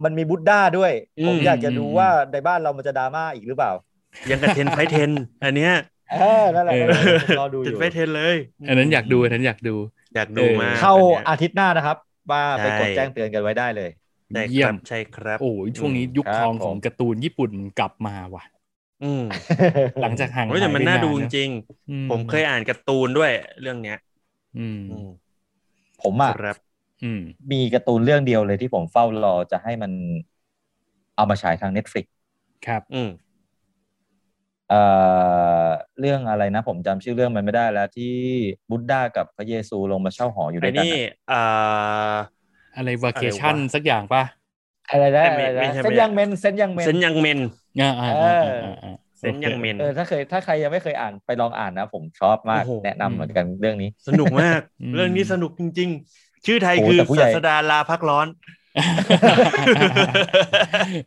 มันมีบุตด้าด้วย อืม ผมอยากจะดู อืม ว่าในบ้านเรามันจะดราม่าอีกหรือเปล่า ยังกับเทนไฟเทน อันเนี้ย เออนั่นแหละนั่นแหละผมรอดูเทนอยู่ ไฟเทนเลย อันนั้นอยากดูอันนั้นอยากดู อยากดูมาก เข้า อันเนี้ย อาทิตย์หน้านะครับ ว่าไปกด ใช่ แจ้งเตือนกันไว้ได้เลย ใช่ เยี่ยครั ม บใช่ครับ โอ้ยช่วงนี้ยุค ครับ ทองของ ผม การ์ตูนญี่ปุ่นกลับมาว่ะ อืม หลังจากห่าง โอ้ยแต่มัน หยไป น่าดู ะ จริง อื ๆผมเคยอ่านการ์ตูนด้วยเรื่องเนี้ย อืม อืม ผมอ่ะ ครับ อืม มีการ์ตูนเรื่องเดียวเลยที่ผมเฝ้ารอจะให้มันเอามาฉายทาง Netflix ครับ อืม เอ่อเรื่องอะไรนะ ผมจำชื่อเรื่องมันไม่ได้แล้วที่บุตด้ากับพระเยซูลงมาเช่าหออยู่ด้ ไอ้ วยกัน นี่เอ่อ อะไรวาเคชั่น อะไรวะ สักอย่างป่ะ อะไรนะ ไม่ อะไร ไม่ นะ ใช่ เซน ไม่ใช่ ยังเมนเซนยังเมน เซนยังเมน อ่าอ่า เอ อ่า อ อ่าอ่า เซนยังเมน เออถ้าเคยถ้าใครยังไม่เคยอ่านไปลองอ่านนะ ผมชอบมาก โอ้โห แนะนำเหมือนกันเรื่องนี้ สนุกมาก เรื่องนี้สนุกจริง ๆ ชื่อไทย โอ้ คือ แต่ผู้ใหญ่ ศาสดาลาพักร้อน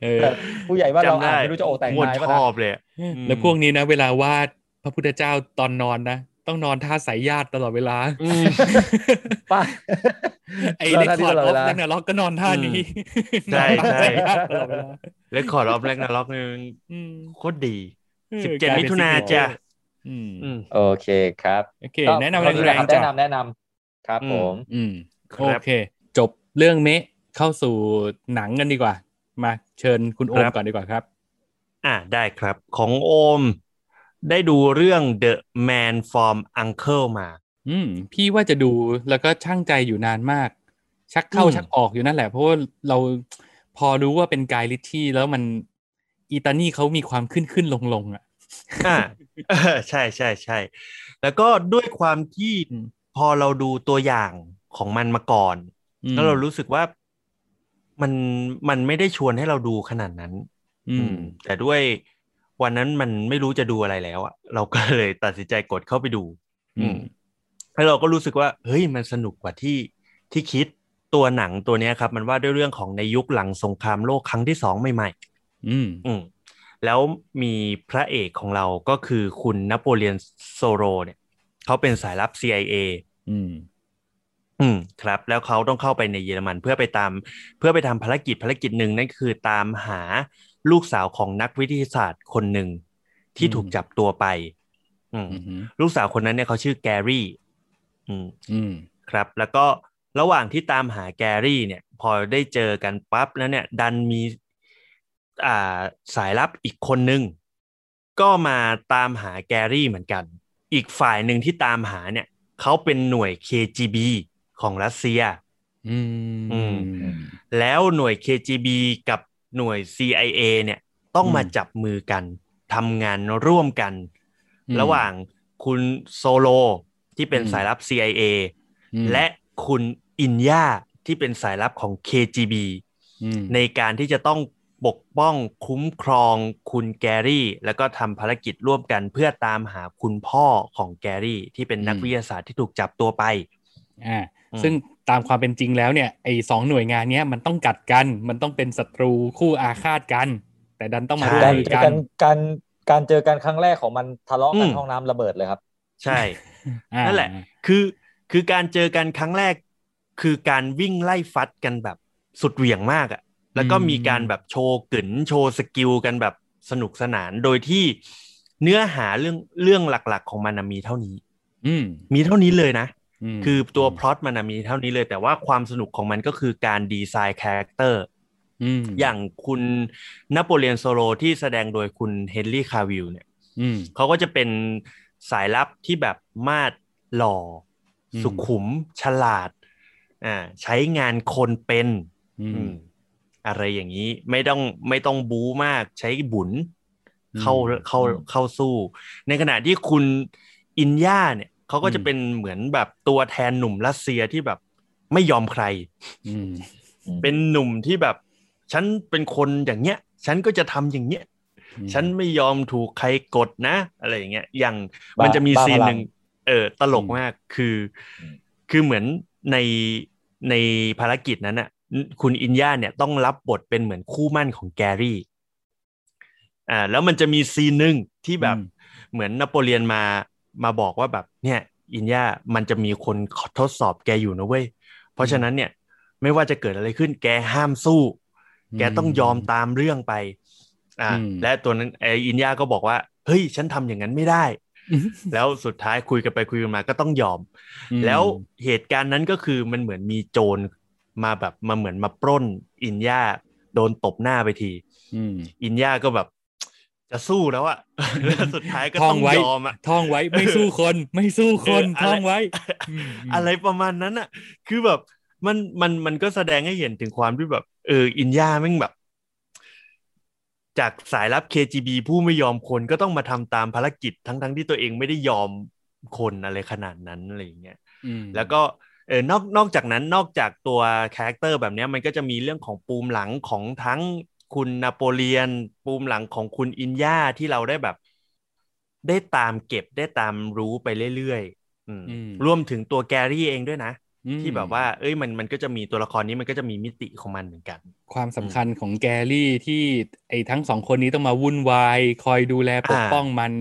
เออ แต่ผู้ใหญ่ว่านเรา จำ อ่าน ได้ ไม่รู้จะโอแต่ง มวน นาย ช ปะนะ อบเลยอะ ม แล้วพวกนี้นะ เวลาวาดพระพุทธเจ้าตอนนอนนะ ต้องนอนท่าสายญาติตลอดเวลา ป้า ไอ้ นอ เล็ น ก ท่านี้ คอร์ด ตลออดเว ฟ ลา แลกนาล็อกก็นอนท่านี้ ใช่ นอนท่า ใช่ สายญาติตลอดเวลา เลคคอร์ดออฟแลกนาล็อกนึง อืม โคตรดี ออ 17 กลย มิ ป็ ถุนา ซิกเจอ จ้ะ ร์อืม อืม โอเคครับ โอเค ก็ แนะนำ ประมาณ แรง ครับ ๆจ้ะ แนะนำแนะนำครับ อืม ผม อืม ค โอ รับ เค จบเรื่องเมะเข้าสู่หนังกันดีกว่า มาเชิญคุณโอม ครับ ก่อนดีกว่าครับ อ่าได้ครับ ของโอม ได้ดูเรื่อง The Man from Uncle มา อืมพี่ว่าจะดูแล้วก็ช่างใจอยู่นานมาก ชักเข้า อืม ชักออกอยู่นั่นแหละ เพราะว่าเราพอรู้ว่าเป็นกายลิชชี่แล้วมันอีตานี่เขามีความขึ้นขึ้นลงลงอ่ะ อ่าเออใช่ใช่ใช่ แล้วก็ด้วยความที่ อืม พอเราดูตัวอย่างของมันมาก่อน อืม แล้วเรารู้สึกว่ามันมันไม่ได้ชวนให้เราดูขนาดนั้น อื อื ม มแต่ด้วยวันนั้นมันไม่รู้จะดูอะไรแล้วอะเราก็เลยตัดสินใจกดเข้าไปดู อืม แล้วเราก็รู้สึกว่าเฮ้ยมันสนุกกว่าที่ที่คิดตัวหนังตัวเนี้ยครับ มันว่าด้วยเรื่องของในยุคหลังสงครามโลกครั้งที่สองใหม่ อืม ๆอืมแล้วมีพระเอกของเราก็คือคุณนโปเลียนโซโรเนี่ยเขาเป็นสายลับ CIA อืม อืมครับแล้วเขาต้องเข้าไปในเยอรมันเพื่อไปตามเพื่อไปทำภารกิจภารกิจหนึ่งนั่นคือตามหาลูกสาวของนักวิทยาศาสตร์คนหนึ่งที่ อืม ถูกจับตัวไป อืม อืม ลูกสาวคนนั้นเนี่ยเขาชื่อแกรี่อืม อืม ครับ แล้วก็ระหว่างที่ตามหาแกรี่เนี่ย พอได้เจอกันปั๊บแล้วเนี่ย ดันมีอ่าสายลับอีกคนหนึ่งก็มาตามหาแกรี่เหมือนกัน อีกฝ่ายหนึ่งที่ตามหาเนี่ยเขาเป็นหน่วย KGB ของรัสเซีย อืมอืม แล้วหน่วย KGB กับหน่วย CIA เนี่ยต้องมา อืม จับมือกันทำงานร่วมกัน อืม ระหว่างคุณโซโล ที่เป็น อืม สายลับ CIA อืม และคุณอินยาที่เป็นสายลับของ KGB อืม ในการที่จะต้องปกป้องคุ้มครองคุณแกรี่ แล้วก็ทำภารกิจร่วมกันเพื่อตามหาคุณพ่อของแกรี่ ที่เป็นนักวิทยาศาสตร์ที่ถูกจับตัวไป อ่า อืม ซึ่งตามความเป็นจริงแล้วเนี่ยไอ้สองหน่วยงานเนี้ยมันต้องกัดกัน มันต้องเป็นศัตรูคู่อาฆาตกัน แต่ดันต้องมา ใช่ ร่วม การ มือ เจอ กั กัน นการการเจอกันครั้งแรกของมันทะเลาะกัน อืม ห้องน้ำระเบิดเลยครับ ใช่ อ่า นั่นแหละ คือ คือการเจอกันครั้งแรก คือการวิ่งไล่ฟัดกันแบบสุดเหวี่ยงมากอะ่ะ แล้วก็มีการแบบโชว์กึ๋นโชว์สกิลกันแบบสนุกสนาน โดยที่เนื้อหาเรื่องเรื่องหลักๆ ของมันน่ะมีเท่านี้ อืม มีเท่านี้เลยนะ ม คือตัวพล็อตมันน่ะมีเท่านี้เลย แต่ว่าความสนุกของมันก็คือการดีไซน์คาแรคเตอร์ ม อย่างคุณนโปเลียนโซโลที่แสดงโดยคุณเฮนรี่คาวิลเนี่ย อืม เขาก็จะเป็นสายลับที่แบบมาดหล่ออ ม สุขุมฉลาดอ่าใช้งานคนเป็น อื อื ม มอะไรอย่างนี้ไม่ต้องไม่ต้องบู๊มากใช้บุญ อืม เข้าเข้า อืม เข้าสู้ ในขณะที่คุณอินย่าเนี่ยเขาก็จะ อืม เป็นเหมือนแบบตัวแทนหนุ่มรัสเซียที่แบบไม่ยอมใคร อืม เป็นหนุ่มที่แบบ ฉันเป็นคนอย่างเงี้ย ฉันก็จะทำอย่างเงี้ย อืม ฉันไม่ยอมถูกใครกดนะ อะไรอย่างเงี้ยอย่าง บ้ามั มันจะมี บ้า ซีน พลัง หนึ่งเออตลกมากคืออ ม คือเหมือนในในภารกิจนั้นน่ะ คุณอินย่าเนี่ยต้องรับบทเป็นเหมือนคู่หมั่นของแกรี่อ่าแล้วมันจะมีซีนหนึ่งที่แบบ อืม เหมือนนโปเลียนมามาบอกว่าแบบ เนี่ย อินย่ามันจะมีคนทดสอบแกอยู่นะเว้ย เพราะฉะนั้นเนี่ยไม่ว่าจะเกิดอะไรขึ้น แกห้ามสู้ อืม แกต้องยอมตามเรื่องไป อ่า อืม และตัวนั้นไออินยาก็บอกว่า เฮ้ย ฉันทำอย่างนั้นไม่ได้ อืม แล้วสุดท้ายคุยกันไปคุยกันมาก็ต้องยอม แล้วเหตุการณ์นั้นก็คือมันเหมือนมีโจรมาแบบมาเหมือนมาปล้น อินยาโดนตบหน้าไปที อืม อินยาก็แบบ จะสู้แล้วอะ แล้วสุดท้ายก็ ท่อ ต้ ง อง ไว้ ยอมอะ ท่องไว้ไม่สู้คนไม่สู้คน เอออะไร ท่องไว้ม อะไรประมาณนั้นอ่ะ คือแบบมันมันมันก็แสดงให้เห็นถึงความที่แบบเอออินยาแม่งแบบ จากสายลับ KGB ผู้ไม่ยอมคนก็ต้องมาทำตามภารกิจทั้งทั้งที่ตัวเองไม่ได้ยอมคนอะไรขนาดนั้นอะไรอย่างเงี้ย อืม แล้วก็เออนอกนอกจากนั้นนอกจากตัวคาแรคเตอร์แบบเนี้ยมันก็จะมีเรื่องของปูมหลังของทั้งคุณนโปเลียน ปูมหลังของคุณอินย่าที่เราได้แบบ ได้ตามเก็บได้ตามรู้ไปเรื่อยๆอืม อืม รวมถึงตัวแกรี่เองด้วยนะ อืม ที่แบบว่า เอ้ยมันมันก็จะมีตัวละครนี้มันก็จะมีมิติของมันเหมือนกัน ความสำคัญของแกรี่ที่ไอ้ทั้งสองคนนี้ต้องมาวุ่นวาย คอยดูแลปก อ่า ป้องมัน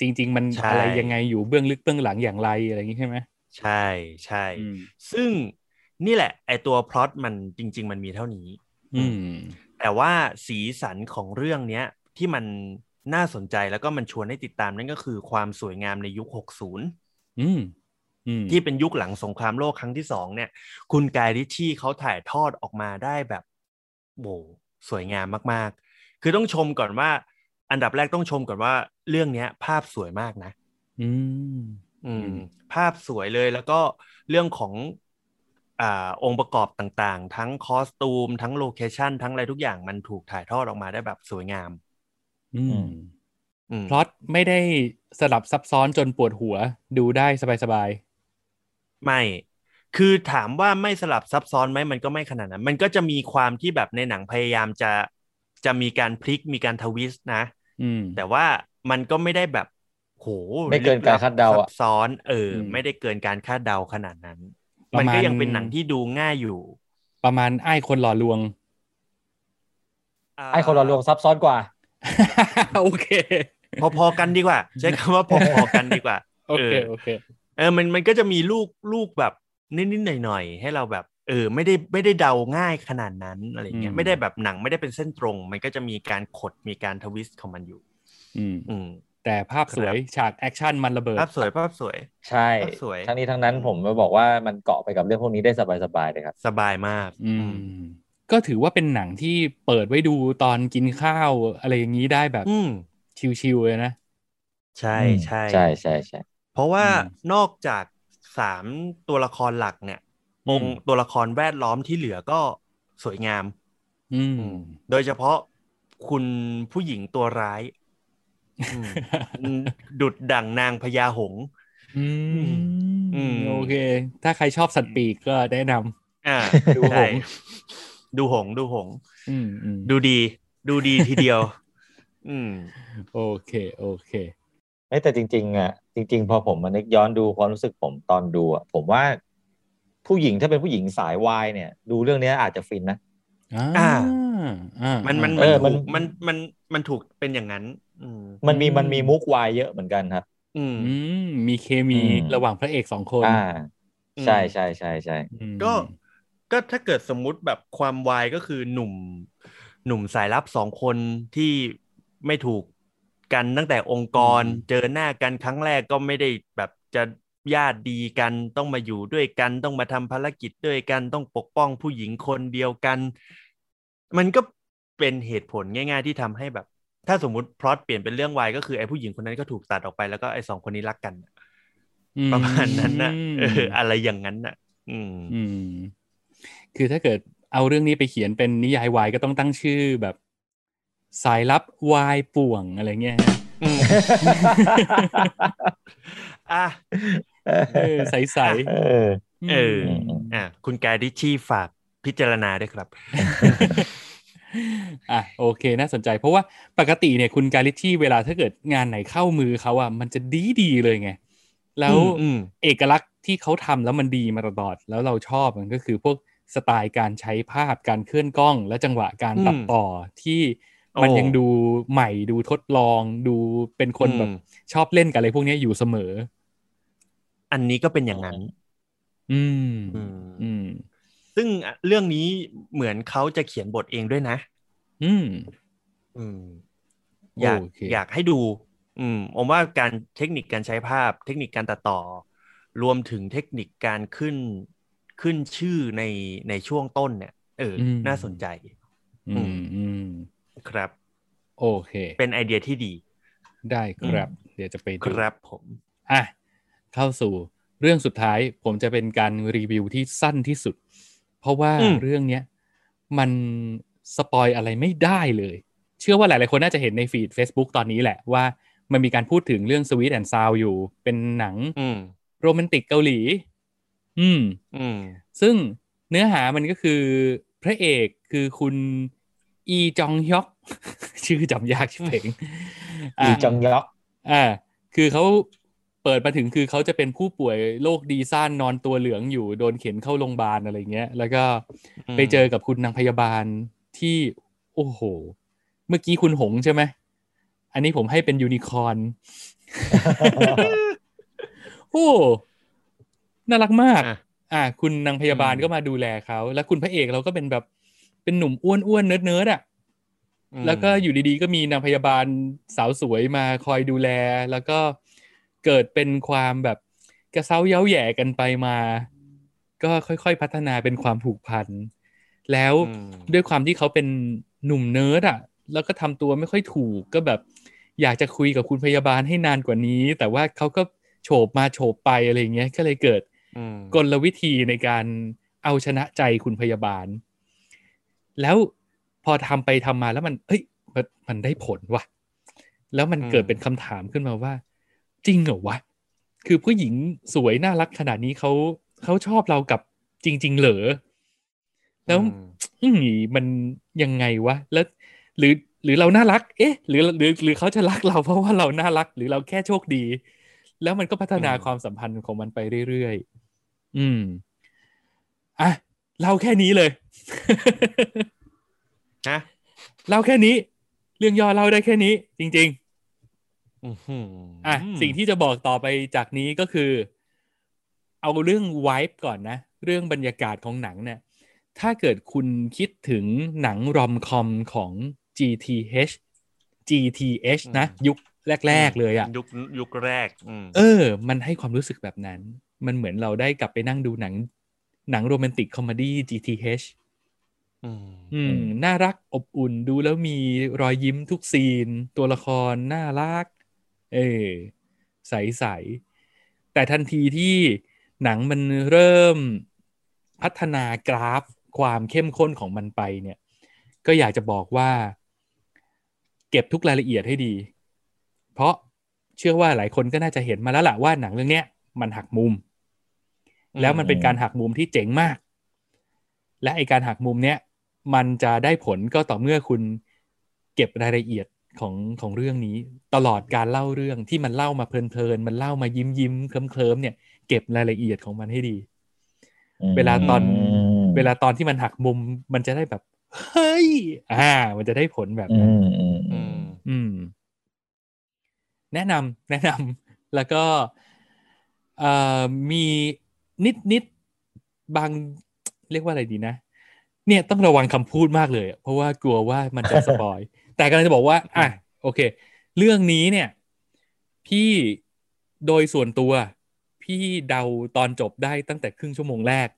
จริง ๆ มัน ใช่ อะไรยังไงอยู่เบื้องลึกเบื้องหลังอย่างไรอะไรอย่างนี้ใช่ไหม ใช่ใช่ อืม ซึ่งนี่แหละ ไอตัวพล็อตมันจริง ๆ มันมีเท่านี้ อืม แต่ว่าสีสันของเรื่องเนี้ยที่มันน่าสนใจแล้วก็มันชวนให้ติดตามนั่นก็คือความสวยงามในยุค 60 อืมอืม ที่เป็นยุคหลังสงครามโลกครั้งที่สองเนี่ย คุณกายริชชี่เขาถ่ายทอดออกมาได้แบบโบสวยงามมากๆ คือต้องชมก่อนว่า อันดับแรกต้องชมก่อนว่าเรื่องเนี้ย ภาพสวยมากนะ อืม อื อืมมภาพสวยเลยแล้วก็เรื่องของอ่าองค์ประกอบต่างๆ ทั้งคอสตูม ทั้งโลเคชันทั้งอะไรทุกอย่างมันถูกถ่ายทอดออกมาได้แบบสวยงาม อื อื ม ม อืม พล็อตไม่ได้สลับซับซ้อนจนปวดหัวดูได้สบาย ไม่ คือถามว่าไม่สลับซับซ้อนไหมมันก็ไม่ขนาดนั้น มันก็จะมีความที่แบบในหนังพยายามจะจะมีการพลิกมีการทวิสต์นะ ๆอืม แต่ว่ามันก็ไม่ได้แบบโห ไม่เกินการคาดเดาลึอะลับซับซ้อนเอออ ม ไม่ได้เกินการคาดเดาขนาดนั้น ประมาณ มันก็ยังเป็นหนังที่ดูง่ายอยู่ ประมาณไอ้ายคนหล่อลวง า ไอ้คนเราลวงซับซ้อนกว่า โอเค พอๆกันดีกว่า ใช้คำว่าพอๆกันดีกว่า โอเค เออ โอเค เออมันมันก็จะมีลูกลูกแบบนิดๆหน่อยๆให้เราแบบ เออ ไม่ได้ไม่ได้เดาง่ายขนาดนั้นอะไรอย่างเงี้ อื ย ม ไม่ได้แบบหนังไม่ได้เป็นเส้นตรง มันก็จะมีการขดมีการทวิสต์ของมันอยู่ อืม อืม แต่ภาพสวยฉากแอคชั่นมันระเบิด ภาพสวยภาพสวย ใช่ ภาพสวย ทั้งนี้ทั้งนั้นผมมาบอกว่ามันเกาะไปกับเรื่องพวกนี้ได้สบายๆเลยครับ สบายมาก อืม ก็ถือว่าเป็นหนังที่เปิดไว้ดูตอนกินข้าวอะไรอย่างนี้ได้แบบ อืม ชิวๆเลยนะ ใช่ใช่ ใช่ใช่ใช่ เพราะว่า อืม นอกจากสามตัวละครหลักเนี่ย อืม องค์ตัวละครแวดล้อมที่เหลือก็สวยงาม อืม โดยเฉพาะคุณผู้ หญิงตัวร้าย อืม ดุดดั่งนางพญาหงส์ อืม อืม โอเค ถ้าใครชอบสัตว์ปีกก็แนะนำ อ่า ดูหงส์ ใช่ดูหงส์ดูหงส์ อืมอืม ดูดี ดูดี ทีเดียว อืม โอเค โอเค เอ้ยแต่จริงๆอ่ะจริง ๆ พอผมมานึกย้อนดูความรู้สึกผมตอนดูอ่ะผมว่าผู้หญิงถ้าเป็นผู้หญิงสายวายเนี่ย ดูเรื่องเนี้ยอาจจะฟินนะ อ่า อ่า อ่า มันมัน เออมัมัน น ถูกมันมันมันถูกเป็นอย่างนั้น อืม มันมี อืม มันมีมุกวายเยอะเหมือนกันครับ อืม อืมมีเคมี อืม ระหว่างพระเอกสองคน อ่า อืม ใช่ใช่ใช่ใช่ อืม ก็ก็ถ้าเกิดสมมุติแบบความวายก็คือหนุ่ม หนุ่มสายลับสองคนที่ไม่ถูกกันตั้งแต่องค์กร เจอหน้ากันครั้งแรกก็ไม่ได้แบบจะญาติดีกันต้องมาอยู่ด้วยกันต้องมาทำภารกิจด้วยกันต้องปกป้องผู้หญิงคนเดียวกัน มันก็เป็นเหตุผลง่าย ๆ ที่ทำให้แบบ ถ้าสมมติพล็อตเปลี่ยนเป็นเรื่องวายก็คือไอ้ผู้หญิงคนนั้นก็ถูกตัดออกไปแล้วก็ไอ้สองคนนี้รักกัน อื ประมาณนั้นนะเอ อื อ ม อะไรอย่างนั้นน่ะ อืม อืม คือถ้าเกิดเอาเรื่องนี้ไปเขียนเป็นนิยายวายก็ต้องตั้งชื่อแบบ สายลับวายป่วงอะไรเงี้ยฮะ อืมอ่ะ เออใส เออ ๆ เออ ม อ่ะ คุณกายดิชชี่ฝากพิจารณาด้วยครับ อ่ะโอเคน่าสนใจ เพราะว่าปกติเนี่ยคุณการิชชี่เวลาถ้าเกิดงานไหนเข้ามือเขาอ่ะมันจะดีดีๆเลยไง แล้ว อืมอืม เอกลักษณ์ที่เขาทำแล้วมันดีมาตลอด แล้วเราชอบมันก็คือพวกสไตล์การใช้ภาพการเคลื่อนกล้อง และจังหวะการตัดต่อที่มัน โอ้ ยังดูใหม่ดูทดลอง ดูเป็นคนแบบ อืม ชอบเล่นกับอะไรพวกเนี้ยอยู่เสมอ อันนี้ก็เป็นอย่างนั้น อืม อืม อืม ซึ่งเรื่องนี้เหมือนเขาจะเขียนบทเองด้วยนะ อืม อืม อยาก โอเค อยากให้ดู อืมผมว่าการเทคนิคการใช้ภาพ เทคนิคการตัดต่อ รวมถึงเทคนิคการขึ้นขึ้นชื่อในในช่วงต้นเนี่ย เอออ ม น่าสนใจ อืมอืม ครับ โอเค เป็นไอเดียที่ดี ได้ครับ เดี๋ยวจะไป ค ดู รับผม อ่ะเข้าสู่เรื่องสุดท้ายผมจะเป็นการรีวิวที่สั้นที่สุด เพราะว่า อืม เรื่องเนี้ย มันสปอยอะไรไม่ได้เลย เชื่อว่าหลาย ๆ คนน่าจะเห็นในฟีด Facebook ตอนนี้แหละว่ามันมีการพูดถึงเรื่อง Sweet and Sound อยู่ เป็นหนัง อืม โรแมนติกเกาหลี อืม อืม ซึ่งเนื้อหามันก็คือพระเอกคือคุณอีจองฮยอก ชื่อจำยากชื่อเพลง อี อ่า จองยอก อ่า คือเขาเปิดมาถึงคือเขาจะเป็นผู้ป่วยโรคดีซ่านนอนตัวเหลืองอยู่โดนเข็นเข้าโรงพยาบาลอะไรเงี้ย แล้วก็ อืม ไปเจอกับคุณนางพยาบาลที่โอ้โห เมื่อกี้คุณหงใช่ไหมอันนี้ผมให้เป็นยูนิคอร์น โอ้ น่ารักมาก อ่ะ อ่า คุณนางพยาบาล อืม ก็มาดูแลเขา แล้วคุณพระเอกเราก็เป็นแบบ เป็นหนุ่มอ้วนอ้วนๆเนิร์ดเนิร์ดๆอ่ะ อืม แล้วก็อยู่ดีๆ ก็มีนางพยาบาลสาวสวยมาคอยดูแล แล้วก็เกิดเป็นความแบบกระเซ้าเย้าแหย่กันไปมา ก็ค่อยๆพัฒนาเป็นความผูกพัน แล้ว อืม ด้วยความที่เขาเป็นหนุ่มเนิร์ดอ่ะ แล้วก็ทำตัวไม่ค่อยถูกก็แบบ อยากจะคุยกับคุณพยาบาลให้นานกว่านี้ แต่ว่าเขาก็โฉบมาโฉบไปอะไรอย่างเงี้ยก็เลยเกิด อืม กลวิธีในการเอาชนะใจคุณพยาบาล แล้วพอทำไปทำมาแล้วมันเอ้ยมันมันได้ผลว่ะ แล้วมัน อืม เกิดเป็นคำถามขึ้นมาว่า จริงเหรอวะ คือผู้หญิงสวยน่ารักขนาดนี้เขาเขาชอบเรากับจริง ๆ เหรอ แล้ว อืมมันยังไงวะ แล้ว หรือหรือเราน่ารัก เอ๊ะ หรือหรือหรือเขาจะรักเราเพราะว่าเราน่ารัก หรือเราแค่โชคดี แล้วมันก็พัฒนา อืม ความสัมพันธ์ของมันไปเรื่อยๆอืมอ่ะเล่าแค่นี้เลย ฮะ เล่าแค่นี้ เรื่องย่อเล่าได้แค่นี้ จริง ๆ อื้อหื อ่ะสิ่งที่จะบอกต่อไปจากนี้ก็คือ เอาเรื่องไวป์ก่อนนะ เรื่องบรรยากาศของหนังเนี่ย ถ้าเกิดคุณคิดถึงหนังรอมคอมของ GTH GTH นะ ยุคแรก ๆ เลยอ่ะ ยุคยุคแรก อืม เออ มันให้ความรู้สึกแบบนั้น มันเหมือนเราได้กลับไปนั่งดูหนัง หนังโรแมนติกคอมเมดี้ GTH ม อืมน่ารักอบอุ่นดูแล้วมีรอยยิ้มทุกซีน ตัวละครน่ารัก เออใสใสๆแต่ทันทีที่หนังมันเริ่มพัฒนากราฟความเข้มข้นของมันไปเนี่ย ก็อยากจะบอกว่า เก็บทุกรายละเอียดให้ดี เพราะเชื่อว่าหลายคนก็น่าจะเห็นมาแล้วล่ะว่าหนังเรื่องเนี้ย มันหักมุม แล้วมันเป็นการหักมุมที่เจ๋งมาก และไอการหักมุมเนี้ยมันจะได้ผลก็ต่อเมื่อคุณเก็บรายละเอียดของของเรื่องนี้ ตลอดการเล่าเรื่องที่มันเล่ามาเพลินๆมันเล่ามายิ้มยิ้มๆเคลิ้มเคลิมๆเนี่ยเก็บรายละเอียดของมันให้ดี อืม เวลาตอน ม เวลาตอนที่มันหักมุมมันจะได้แบบ เฮ้ย อ่า มันจะได้ผลแบบ อื นั้น มอืม อืม อืม แนะนำแนะน ำแล้วก็เอ่อมีนิดนิดบาง เรียกว่าอะไรดีนะ เนี่ยต้องระวังคำพูดมากเลยอะเพราะว่ากลัวว่ามันจะสปอย แต่กำลังจะบอกว่า อ่ะ โอเค เรื่องนี้เนี่ย พี่โดยส่วนตัว พี่เดาตอนจบได้ตั้งแต่ครึ่งชั่วโมงแรก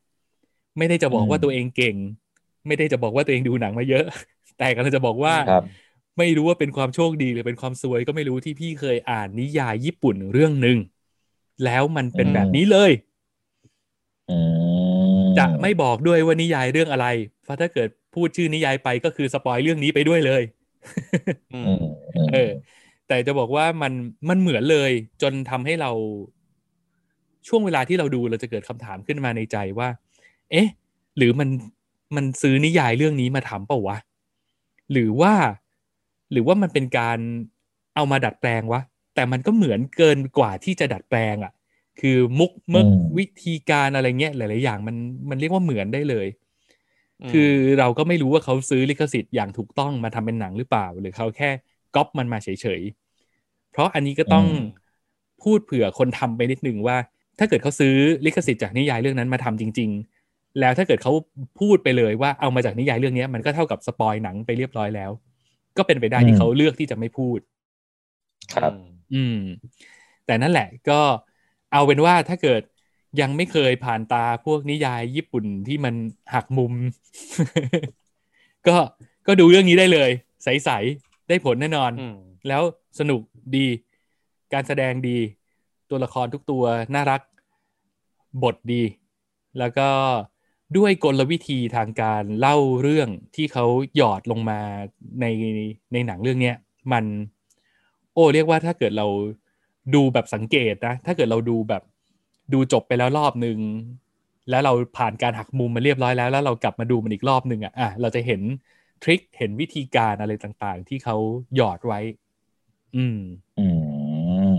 ไม่ได้จะบอกว่าตัวเองเก่ง ไม่ได้จะบอกว่าตัวเองดูหนังมาเยอะ แต่กำลังจะบอกว่า ครับ ไม่รู้ว่าเป็นความโชคดีหรือเป็นความซวยก็ไม่รู้ที่พี่เคยอ่านนิยายญี่ปุ่นเรื่องหนึ่งแล้วมันเป็น อืม แบบนี้เลย อืม จะไม่บอกด้วยว่านิยายเรื่องอะไรเพราะถ้าเกิดพูดชื่อนิยายไปก็คือสปอยเรื่องนี้ไปด้วยเลย อื อื ม มอืม เออ แต่จะบอกว่ามันมันเหมือนเลย จนทำให้เราช่วงเวลาที่เราดูเราจะเกิดคำถามขึ้นมาในใจว่า เอ๊ะ หรือมันมันซื้อนิยายเรื่องนี้มาทำเปล่าวะ หรือว่า หรือว่ามันเป็นการเอามาดัดแปลงวะ แต่มันก็เหมือนเกินกว่าที่จะดัดแปลงอะ่ะ คือมุกเมึกวิธีการอะไรเงี้ยหลาย ๆ อย่างมันมันเรียกว่าเหมือนได้เลย อืม คือเราก็ไม่รู้ว่าเขาซื้อลิขสิทธิ์อย่างถูกต้องมาทำเป็นหนังหรือเปล่า หรือเขาแค่ก๊อปมันมาเฉยๆ เพราะอันนี้ก็ต้องพูดเผื่อคนทำไปนิดนึงว่า ถ้าเกิดเขาซื้อลิขสิทธิ์จากนิยายเรื่องนั้นมาทำจริง ๆ แล้วถ้าเกิดเขาพูดไปเลยว่าเอามาจากนิยายเรื่องเนี้ยมันก็เท่ากับสปอยหนังไปเรียบร้อยแล้ว ก็เป็นไปได้ที่เขาเลือกที่จะไม่พูด ครับ อืม แต่นั่นแหละก็เอาเป็นว่าถ้าเกิดยังไม่เคยผ่านตาพวกนิยายญี่ปุ่นที่มันหักมุม ก็ก็ดูเรื่องนี้ได้เลย ใส ๆ ได้ผลแน่นอน อืม แล้วสนุกดี การแสดงดี ตัวละครทุกตัวน่ารัก บทดี แล้วก็ด้วยกลวิธีทางการเล่าเรื่องที่เขาหยอดลงมาในในหนังเรื่องเนี้ยมัน โอ้ เรียกว่าถ้าเกิดเราดูแบบสังเกตนะ ถ้าเกิดเราดูแบบดูจบไปแล้วรอบหนึ่งแล้วเราผ่านการหักมุมมาเรียบร้อยแล้ว แล้วเรากลับมาดูมันอีกรอบหนึ่งอ่ะอ่ะเราจะเห็น ทริคเห็นวิธีการอะไรต่างๆ ที่เขาหยอดไว้ อืม อืม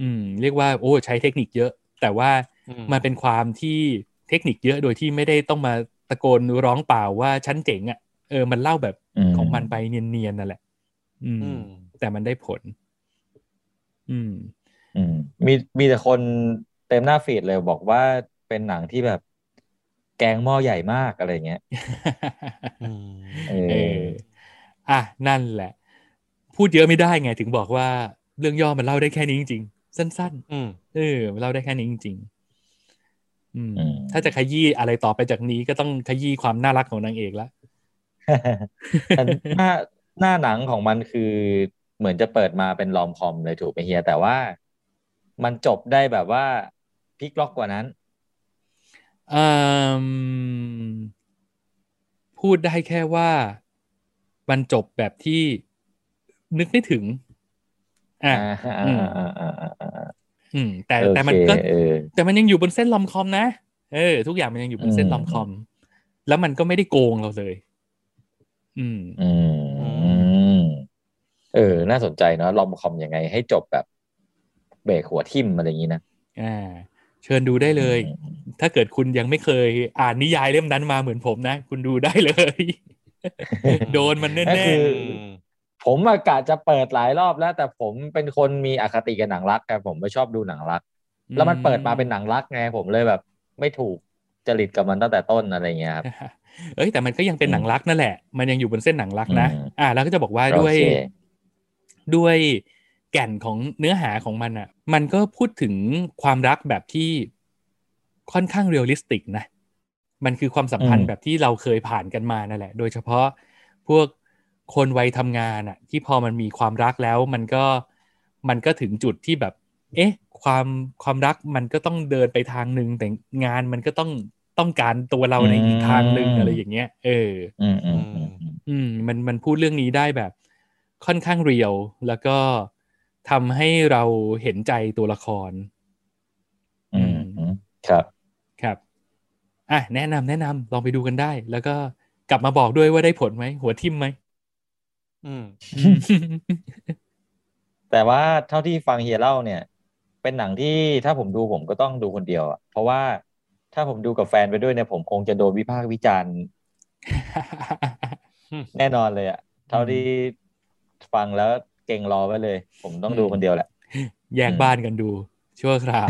อืม เรียกว่า โอ้ ใช้เทคนิคเยอะ แต่ว่า อืม มันเป็นความที่เทคนิคเยอะโดยที่ไม่ได้ต้องมาตะโกนร้องเปล่าว่าฉันเจ๋งอะ่ะ เออ มันเล่าแบบ อืม ของมันไปเนียนๆนั่นแหละ อืม อืม แต่มันได้ผล อืม อืมมีมีแต่คนเต็มหน้าฟีดเลยบอกว่าเป็นหนังที่แบบ แกงหม้อใหญ่มากอะไรเงี้ย อืม เอ เอ อ อ อ่ะ นั่นแหละ พูดเยอะไม่ได้ไง ถึงบอกว่าเรื่องย่อมันเล่าได้แค่นี้จริงๆ สั้น ๆ อืม เออเล่าได้แค่นี้จริงๆอืม อืม ถ้าจะขยี้อะไรต่อไปจากนี้ก็ต้องขยี้ความน่ารักของนางเอกละ แต่ หน้าหน้าหนังของมันคือเหมือนจะเปิดมาเป็นลอมคอมเลยถูกไหมเฮีย แต่ว่ามันจบได้แบบว่าพลิกล็อกกว่านั้น เอิ่มพูดได้แค่ว่ามันจบแบบที่นึกไม่ถึง อ่า อ่า อื อ่าม อ่าอ่าอ่าอ่า อืม แต่ โอ แต่ เค มันก็ เออ แต่มันยังอยู่บนเส้นลอมคอมนะเออ ทุกอย่างมันยังอยู่บนเส้น อืม ลอมคอม แล้วมันก็ไม่ได้โกงเราเลย อืม อืม อื เออ น่าสนใจเนาะลอมคอมยังไง ให้จบแบบเบรกหัวทิ่มอะไรอย่างนี้นะ อ่า เชิญดูได้เลย ถ้าเกิดคุณยังไม่เคยอ่านนิยายเล่มนั้นมาเหมือนผมนะ คุณดูได้เลย โดนมัน ก็ แน่ คือ อืม ผมอากาศจะเปิดหลายรอบแล้ว แต่ผมเป็นคนมีอคติกับหนังรักครับผมไม่ชอบดูหนังรัก ๆ แล้วมันเปิดมาเป็นหนังรักไงผมเลยแบบ ไม่ถูกจริตกับมันตั้งแต่ต้นอะไรเงี้ยครับ เอ้ยแต่มันก็ยังเป็นหนังรักนั่นแหละ มันยังอยู่บนเส้นหนังรักนะ อืม อ่าแล้วก็จะบอกว่าด้วย โอเค ด้วยแก่นของเนื้อหาของมันอ่ะ มันก็พูดถึงความรักแบบที่ค่อนข้างเรียลลิสติกนะ มันคือความสัมพันธ์แบบที่เราเคยผ่านกันมานั่นแหละ โดยเฉพาะพวกคนวัยทำงานอ่ะ ที่พอมันมีความรักแล้วมันก็มันก็ถึงจุดที่แบบ เอ๊ะ ความความรักมันก็ต้องเดินไปทางหนึ่งแต่งานมันก็ต้องต้องการตัวเราในอีกทางหนึ่ง อืม อะไรอย่างเงี้ย เออ อืมอืมอืมอืม อืมมันมันพูดเรื่องนี้ได้แบบค่อนข้างเรียว แล้วก็ทำให้เราเห็นใจตัวละคร ครับ ครับอ่ะแนะนำแนะนำลองไปดูกันได้ แล้วก็กลับมาบอกด้วยว่าได้ผลไหม หัวทิ่มไหม อืม แต่ว่าเท่าที่ฟังเฮียเล่าเนี่ย เป็นหนังที่ถ้าผมดูผมก็ต้องดูคนเดียวอะเพราะว่าถ้าผมดูกับแฟนไปด้วยเนี่ยผมคงจะโดนวิพากษ์วิจารณ์แน่นอนเลยอะเท่าที่ฟังแล้วเก่งรอไว้เลย ผมต้องดูคนเดียวแหละ แยก อืม บ้านกันดู ชั่วคราว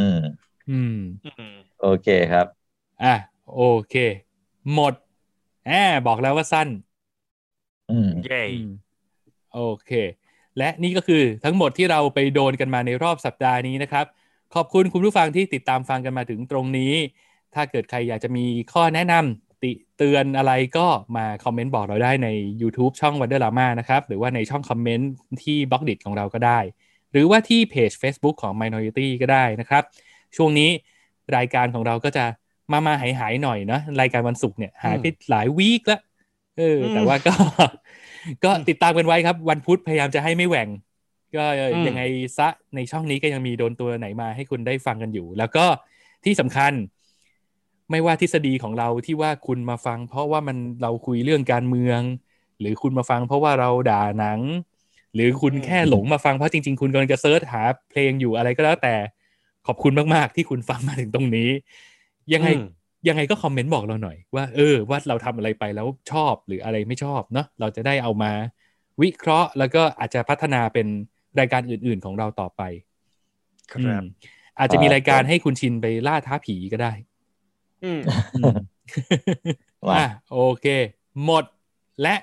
อืม อืม อืม โอเคครับ อ่ะโอเค หมดแอบบอกแล้วว่าสั้น อืม เย้ อืมโอเค และนี่ก็คือทั้งหมดที่เราไปโดนกันมาในรอบสัปดาห์นี้นะครับ ขอบคุณคุณผู้ฟังที่ติดตามฟังกันมาถึงตรงนี้ ถ้าเกิดใครอยากจะมีข้อแนะนำติเตือนอะไรก็มาคอมเมนต์บอกเราได้ใน YouTube ช่อง Wonderlama นะครับ หรือว่าในช่องคอมเมนต์ที่บล็อกดิของเราก็ได้ หรือว่าที่เพจ Facebook ของ Minority ก็ได้นะครับ ช่วงนี้รายการของเราก็จะมามาหายหายๆหน่อยเนาะรายการวันศุกร์เนี่ยหายไปหลายวีคละ เออแต่ว่าก็ ก็ติดตามกันไว้ครับ วันพุธพยายามจะให้ไม่แหว่ง ก็เอ่ออ ม ยังไงซะในช่องนี้ก็ยังมีโดนตัวไหนมาให้คุณได้ฟังกันอยู่ แล้วก็ที่สำคัญ ไม่ว่าทฤษฎีของเราที่ว่าคุณมาฟัง เพราะว่ามันเราคุยเรื่องการเมือง หรือคุณมาฟังเพราะว่าเราด่าหนัง หรือคุณแค่หลงมาฟังเพราะจริง ๆ คุณกำลังจะเซิร์ชหาเพลงอยู่อะไรก็แล้วแต่ขอบคุณมากๆ ที่คุณฟังมาถึงตรงนี้ ยังไง อืม ยังไงก็คอมเมนต์บอกเราหน่อยว่าเออว่าเราทำอะไรไปแล้วชอบหรืออะไรไม่ชอบเนาะเราจะได้เอามาวิเคราะห์ แล้วก็อาจจะพัฒนาเป็นรายการอื่นๆของเราต่อไป ครับ อืมอาจจะมี ครับ รายการให้คุณชินไปล่าท้าผีก็ได้ อืม อื ม มา อ่ะโอเค หมด และ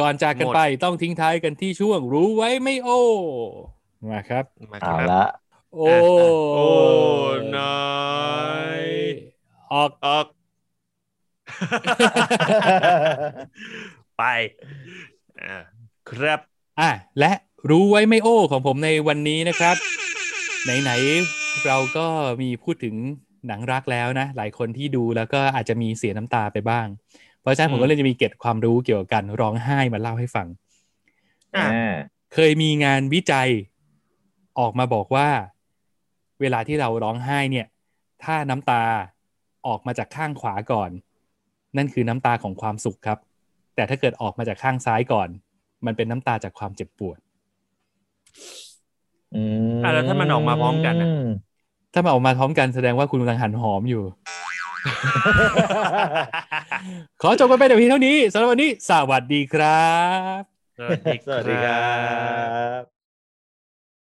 ก่อนจากกัน หมด ไปต้องทิ้งท้ายกันที่ช่วงรู้ไว้ไม่โอมาครับ มาค เอา รับ ละ โอ้ อ่ะอ่ะโอ้น้อย ออก ออก ไปอ่าครับ อ่ะและรู้ไว้ไม่โอ้ของผมในวันนี้นะครับ ไหนๆเราก็มีพูดถึงหนังรักแล้วนะ หลายคนที่ดูแล้วก็อาจจะมีเสียน้ำตาไปบ้าง เพราะฉะนั้นผม อืม ก็เลยจะมีเกร็ดความรู้เกี่ยวกับการร้องไห้มาเล่าให้ฟัง อ่า เคยมีงานวิจัยออกมาบอกว่า เวลาที่เราร้องไห้เนี่ย ถ้าน้ำตาออกมาจากข้างขวาก่อน นั่นคือน้ำตาของความสุขครับ แต่ถ้าเกิดออกมาจากข้างซ้ายก่อน มันเป็นน้ำตาจากความเจ็บปวด อืม อ่ะแล้วถ้ามันออกมาพร้อมกันน่ะ ถ้ามันออกมาพร้อมกันแสดงว่าคุณกำลังหันหอมอยู่ ขอจบกันไปแต่เพียงเท่านี้สำหรับวันนี้ สวัสดีครับ สวัสดี สวัสดี ค ค รั รับ บ